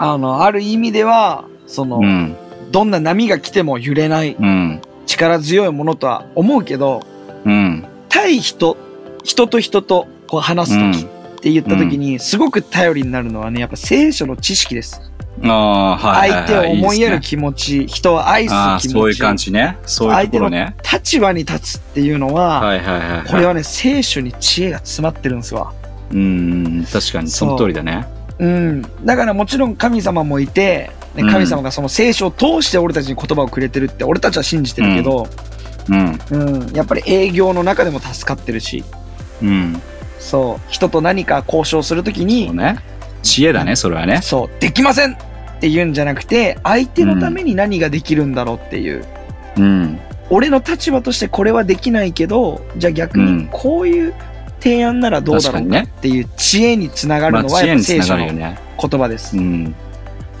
Speaker 2: あのある意味ではその、
Speaker 1: うん。
Speaker 2: どんな波が来ても揺れない
Speaker 1: うん。
Speaker 2: 力強いものとは思うけど
Speaker 1: うん。
Speaker 2: 対人人と人とこう話す時って言った時に、すごく頼りになるのはねやっぱ聖書の知識です。
Speaker 1: ああ、はいはいは
Speaker 2: 相
Speaker 1: い。
Speaker 2: 手を思いやる
Speaker 1: 気
Speaker 2: 気持ち、人を愛す
Speaker 1: ああ、
Speaker 2: 気
Speaker 1: そう
Speaker 2: 持
Speaker 1: いう
Speaker 2: ち、
Speaker 1: 感じね。そういうところね。
Speaker 2: 立場に立つっていうのは、
Speaker 1: はいはいはい、はい。
Speaker 2: これはね、聖書に知恵が詰まってるんですわ。
Speaker 1: うんうん、確かにその通りだね。
Speaker 2: うん。だからもちろん神様もいて、ね
Speaker 1: うん
Speaker 2: 神様がその聖書を通して俺たちに言葉をくれてるって、俺たちは信じてるけど、
Speaker 1: うん。
Speaker 2: うん、やっぱり営業の中でも助かってるし、
Speaker 1: うん。
Speaker 2: そう、人と何か交渉するとき
Speaker 1: そう
Speaker 2: に、
Speaker 1: ね。知恵だね、それはね。
Speaker 2: そう、できませんって言うんじゃなくて、相手のために何ができるんだろうっていう。
Speaker 1: うん。
Speaker 2: 俺の立場としてこれはできないけど、じゃあ逆
Speaker 1: うん
Speaker 2: にこういう提案ならどうだろう
Speaker 1: 確
Speaker 2: か
Speaker 1: か
Speaker 2: っ
Speaker 1: に
Speaker 2: ていう知恵につなが
Speaker 1: ま
Speaker 2: る
Speaker 1: あ、
Speaker 2: のは
Speaker 1: 知恵
Speaker 2: やっぱ
Speaker 1: につ
Speaker 2: 聖
Speaker 1: な
Speaker 2: 書
Speaker 1: が
Speaker 2: の
Speaker 1: るよね。
Speaker 2: 言葉です
Speaker 1: う。ん。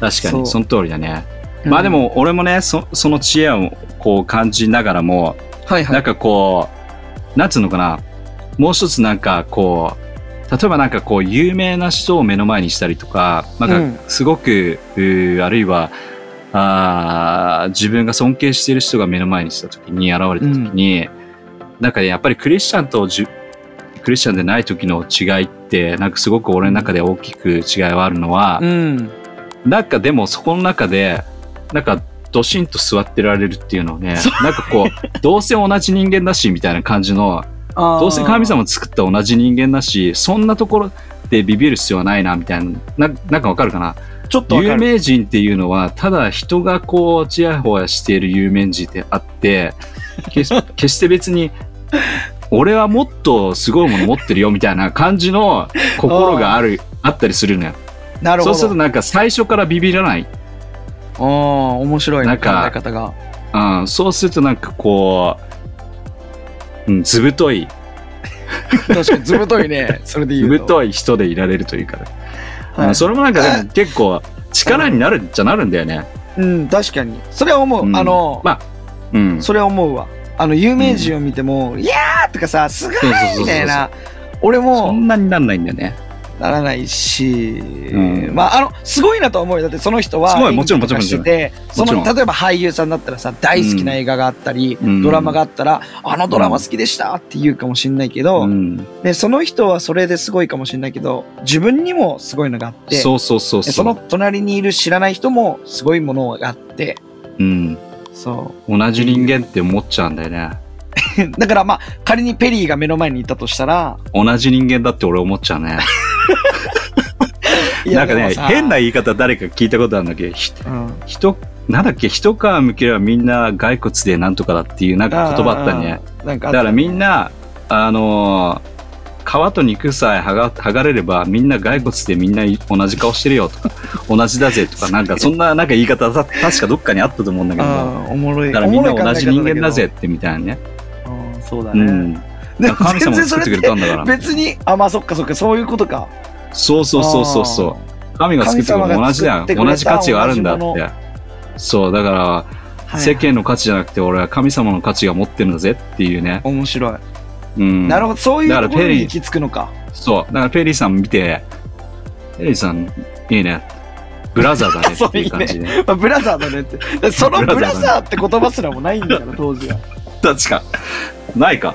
Speaker 1: 確か
Speaker 2: そう
Speaker 1: に、その通りだね。
Speaker 2: うん
Speaker 1: まあで、も、俺もね、そその知恵をこう感じながらも、
Speaker 2: はいは
Speaker 1: なん
Speaker 2: い。
Speaker 1: かこう、なんつうのかな、もう一つなんかこう、例えばなんかこう、有名な人を目の前にしたりとか、
Speaker 2: う
Speaker 1: なん
Speaker 2: ん
Speaker 1: かすごく、うーあるいは、あー自分が尊敬している人が目の前にした時に、現れた時に、なんかねやっぱりクリスチャンとじゅクリスチャンでない時の違いって、なんかすごく俺の中で大きく違いはあるのは
Speaker 2: う、ん。
Speaker 1: なんかでもそこの中で、なんかドシンと座ってられるっていうのをね
Speaker 2: そ、
Speaker 1: なんかこう、どうせ同じ人間だしみたいな感じの、
Speaker 2: ど
Speaker 1: どうせ神様作った同じ人間だし、そんなところでビビる必要はないなみたいな、ななんかわかるかな
Speaker 2: ちょっとわか
Speaker 1: 有
Speaker 2: る。
Speaker 1: 名人っていうのは、ただ人がこう、ちやほやしている有名人であって、決 し決して別に、俺はもっとすごいもの持ってるよみたいな感じの心がある、あったりするのよ。
Speaker 2: なるほ
Speaker 1: そう
Speaker 2: ど。
Speaker 1: するとなんか最初からビビらない
Speaker 2: ああ、面白い
Speaker 1: な
Speaker 2: ね
Speaker 1: ん
Speaker 2: 考
Speaker 1: か
Speaker 2: え方が。
Speaker 1: うん、そうするとなんかこう、うん、ずぶとい、
Speaker 2: 確かにずぶといね。それで
Speaker 1: ず
Speaker 2: 言う
Speaker 1: ぶ
Speaker 2: と。
Speaker 1: とい人でいられるというかね、
Speaker 2: は
Speaker 1: う
Speaker 2: い
Speaker 1: んそれもなんか でも結構力になるっちゃなるんだよね。
Speaker 2: うん、確かに。それは思う。
Speaker 1: うん
Speaker 2: あの、
Speaker 1: まあ、うん。
Speaker 2: それは思うわ。あの、有名人を見ても、いやーとかさ、すごい
Speaker 1: そうそうそうそう
Speaker 2: みたいな。俺
Speaker 1: そ
Speaker 2: も
Speaker 1: んなになんないんだよね。
Speaker 2: ならないし、
Speaker 1: うん
Speaker 2: まあ、あの、すごいなとは思うよ。だってその人は、
Speaker 1: すごいもちろんもちろん
Speaker 2: 演技とかしてて、そ
Speaker 1: もちろん
Speaker 2: の、例えば俳優さんだったらさ、大好きな映画があったり、
Speaker 1: うん
Speaker 2: ドラマがあったら、あのドラマ好きでしたって言うかもしんないけど、
Speaker 1: うん、
Speaker 2: で、その人はそれですごいかもしんないけど、自分にもすごいのがあって、
Speaker 1: そうそうそう
Speaker 2: で
Speaker 1: そう
Speaker 2: その隣にいる知らない人もすごいものがあって、
Speaker 1: うん。
Speaker 2: そ
Speaker 1: 同じ人間って思っちゃうんだよね。
Speaker 2: う。だからまあ、仮にペリーが目の前にいたとしたら、
Speaker 1: 同じ人間だって俺思っちゃうね。
Speaker 2: いや
Speaker 1: なんか
Speaker 2: で
Speaker 1: ね
Speaker 2: もさ
Speaker 1: 変な言い方誰か聞いたことあるんだけど、ひ
Speaker 2: うん
Speaker 1: 人、なんだっけ、一皮むければみんな骸骨でなんとかだっていうなんか言葉あったね。。
Speaker 2: あーなんかあ
Speaker 1: だ
Speaker 2: っ
Speaker 1: か
Speaker 2: た
Speaker 1: らみんな、あのー皮と肉さえ剥が剥がれればみんな骸骨でみんない同じ顔してるよと か同じだぜとかなんかそんななんか言い方さ確かどっかにあったと思うんだけど
Speaker 2: あーおもろい。
Speaker 1: だからみんな
Speaker 2: おも
Speaker 1: 同
Speaker 2: ろい考え
Speaker 1: じ
Speaker 2: 方
Speaker 1: 人間だ
Speaker 2: け
Speaker 1: ぜ
Speaker 2: ど。
Speaker 1: ってみたいなね
Speaker 2: うんそうだ
Speaker 1: う
Speaker 2: ね。
Speaker 1: ん
Speaker 2: で
Speaker 1: だ
Speaker 2: も
Speaker 1: から神様が作ってくれたんだから
Speaker 2: 別に、あ、まあそっかそっか、そういうことか。
Speaker 1: そうそうそうそうそう神が作ってくれたの同じだよ
Speaker 2: 神様が作ってくれた
Speaker 1: 同じ価値があるんだっ
Speaker 2: 同じ
Speaker 1: てそうだから
Speaker 2: う。
Speaker 1: 世
Speaker 2: 世間。
Speaker 1: 間の価値じゃなくて俺は神様の価値が持ってるんだぜっていうね
Speaker 2: 面白い。
Speaker 1: うん
Speaker 2: なるほど、そうい
Speaker 1: だ
Speaker 2: う
Speaker 1: から
Speaker 2: ところ
Speaker 1: ペリー
Speaker 2: に行き着くのか。
Speaker 1: そう。だから、ペリーさん見て、ペリーさん、いいね。ブラザーだねっていう感 じで。
Speaker 2: まあブラザーだねって。その
Speaker 1: ブラザーだね
Speaker 2: ブラザーって言葉すらもないんだから、当時は。
Speaker 1: 確か。ないか。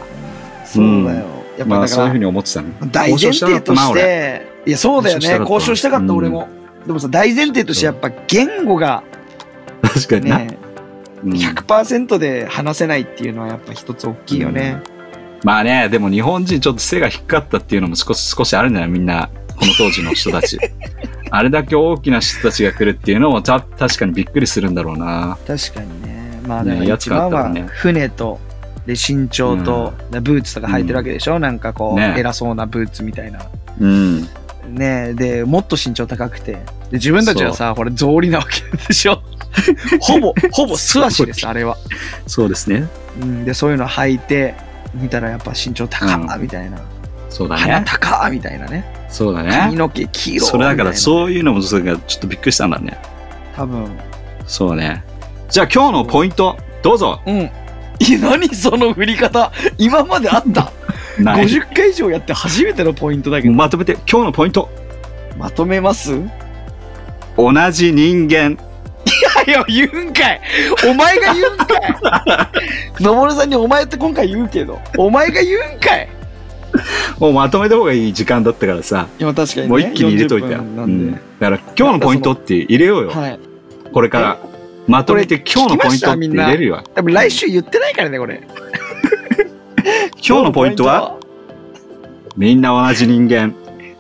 Speaker 2: そうだよ。やっ
Speaker 1: まあ、
Speaker 2: ぱだ
Speaker 1: そういうふ
Speaker 2: か
Speaker 1: うに思ってたね。
Speaker 2: ら、大前提と
Speaker 1: 交渉したかったな
Speaker 2: して、いや、そうだよね。交
Speaker 1: 交
Speaker 2: 渉
Speaker 1: 渉
Speaker 2: し
Speaker 1: したた
Speaker 2: か
Speaker 1: か
Speaker 2: っ、
Speaker 1: ったた
Speaker 2: 俺も。でもさ、大前提としてやっぱ言語が
Speaker 1: 確かにな。
Speaker 2: ね、
Speaker 1: うん
Speaker 2: 100%で話せないっていうのはやっぱ一つ大きいよね。
Speaker 1: まあね、でも日本人ちょっと背が低かったっていうのも少し、少しあるんだよ、みんな。この当時の人た ち。あれだけ大きな人たちが来るっていうのもた、確かにびっくりするんだろうな。
Speaker 2: 確かにね。まあ
Speaker 1: ね
Speaker 2: だから
Speaker 1: や
Speaker 2: 一
Speaker 1: つがあ
Speaker 2: 番
Speaker 1: った
Speaker 2: は
Speaker 1: らね
Speaker 2: 船と、で身長と、ブーツとか履いてるわけでしょ、なんかこう、
Speaker 1: ね
Speaker 2: 偉そうなブーツみたいな。
Speaker 1: うん。
Speaker 2: ねで、もっと身長高くて。で、自分たちはさ、これ草履なわけで しょほぼ、ほぼ素足です、あれは。
Speaker 1: そうですね。
Speaker 2: うん、で、そういうの履いて、見たらやっぱ身長高っ、みたいな。
Speaker 1: そうだ
Speaker 2: 鼻
Speaker 1: ね。
Speaker 2: 高っ、みたいなね。
Speaker 1: そうだ
Speaker 2: 髪
Speaker 1: ね。
Speaker 2: の毛黄色。
Speaker 1: それだから、
Speaker 2: う。
Speaker 1: そういうのも、それがちょっとびっくりしたんだね。
Speaker 2: 多分。
Speaker 1: そうね。じゃあ今日のポイント、どうぞ。
Speaker 2: うん。い何その振り方今まであった
Speaker 1: ない
Speaker 2: 50回以上やって初めてのポイントだけど
Speaker 1: まとめて、今日のポイント。
Speaker 2: まとめますい
Speaker 1: 同じ人間。
Speaker 2: やいや言うんかいお前が言うん かいのぼるさんにお前って今回言うけどお前が言うんかい
Speaker 1: もうまとめた方がいい時間だったからさ、
Speaker 2: 今確かに、ね、
Speaker 1: もう一気に入れといたよ。
Speaker 2: 40分
Speaker 1: う
Speaker 2: なん
Speaker 1: ん
Speaker 2: で
Speaker 1: だから今日のポイントって入れようよ。
Speaker 2: はい
Speaker 1: これから。まとめて今日のポイントって入れるよ。
Speaker 2: 多分来週言ってないからねこれ
Speaker 1: 今日のポイントはみんな同じ人間。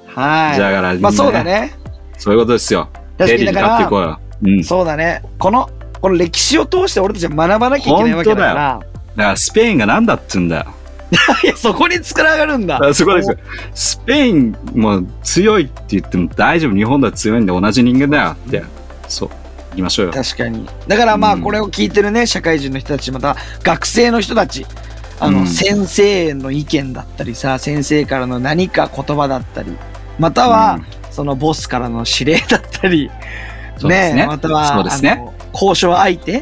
Speaker 2: はい
Speaker 1: じゃあからみんなね
Speaker 2: まあそうだね
Speaker 1: そういうことですよ。レデ
Speaker 2: 確か
Speaker 1: ィ
Speaker 2: に
Speaker 1: ーに
Speaker 2: だか
Speaker 1: 勝っていこ
Speaker 2: ら
Speaker 1: うよ。うん。だ
Speaker 2: そうだねこのこの歴史を通して俺たちは学ばなきゃいけないわけだから
Speaker 1: からスペインが何だっつうんだよ。
Speaker 2: いやそこにつらがるんだ
Speaker 1: あそこですよ。スペインも強いって言っても大丈夫、日本だ強いんで同じ人間だよって。そう。行きましょうよ。
Speaker 2: 確かにだからまあ
Speaker 1: うん
Speaker 2: これを聞いてるね社会人の人たちまた学生の人たちあの、
Speaker 1: うん
Speaker 2: 先生の意見だったりさ先生からの何か言葉だったりまたは、そのボスからの指令だったり
Speaker 1: うんそうですね
Speaker 2: または
Speaker 1: そうですね
Speaker 2: あの交渉相手が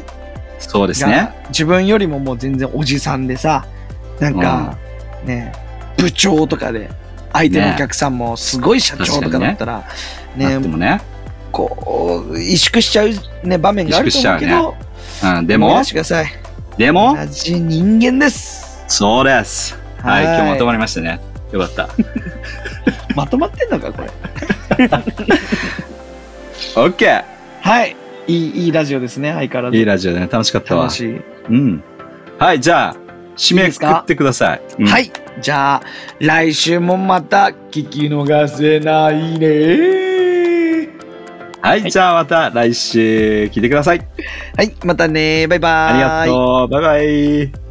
Speaker 1: そうですね。
Speaker 2: 自分よりももう全然おじさんでさなんか、ね部長とかで相手のお客さんもすごい社長とかだったら、
Speaker 1: なって
Speaker 2: ね
Speaker 1: もね。
Speaker 2: こう萎縮しちゃう、ね、場面があると思うけ
Speaker 1: 萎縮しちゃう
Speaker 2: ど、
Speaker 1: うん、で
Speaker 2: 思い
Speaker 1: も
Speaker 2: 出し、てください
Speaker 1: でも、
Speaker 2: 同じ人間です。
Speaker 1: そうです。はい、今日まとまりましたね。よかった。
Speaker 2: まとまってんのか、これ。
Speaker 1: オッケ
Speaker 2: はい。いい、いいラジオですね、相変わら
Speaker 1: ー。
Speaker 2: ず。
Speaker 1: いいラジオだね。楽しかったわ
Speaker 2: 楽。しい。
Speaker 1: うん。はい、じゃあ、締
Speaker 2: いい
Speaker 1: め
Speaker 2: です
Speaker 1: く
Speaker 2: か
Speaker 1: くってください。うん
Speaker 2: はい。じゃあ、来週もまた聞き逃せないね。
Speaker 1: はい、じゃあまた来週聞いてください。
Speaker 2: はい、またね。バイバイ。
Speaker 1: ありがとう。バイバイ。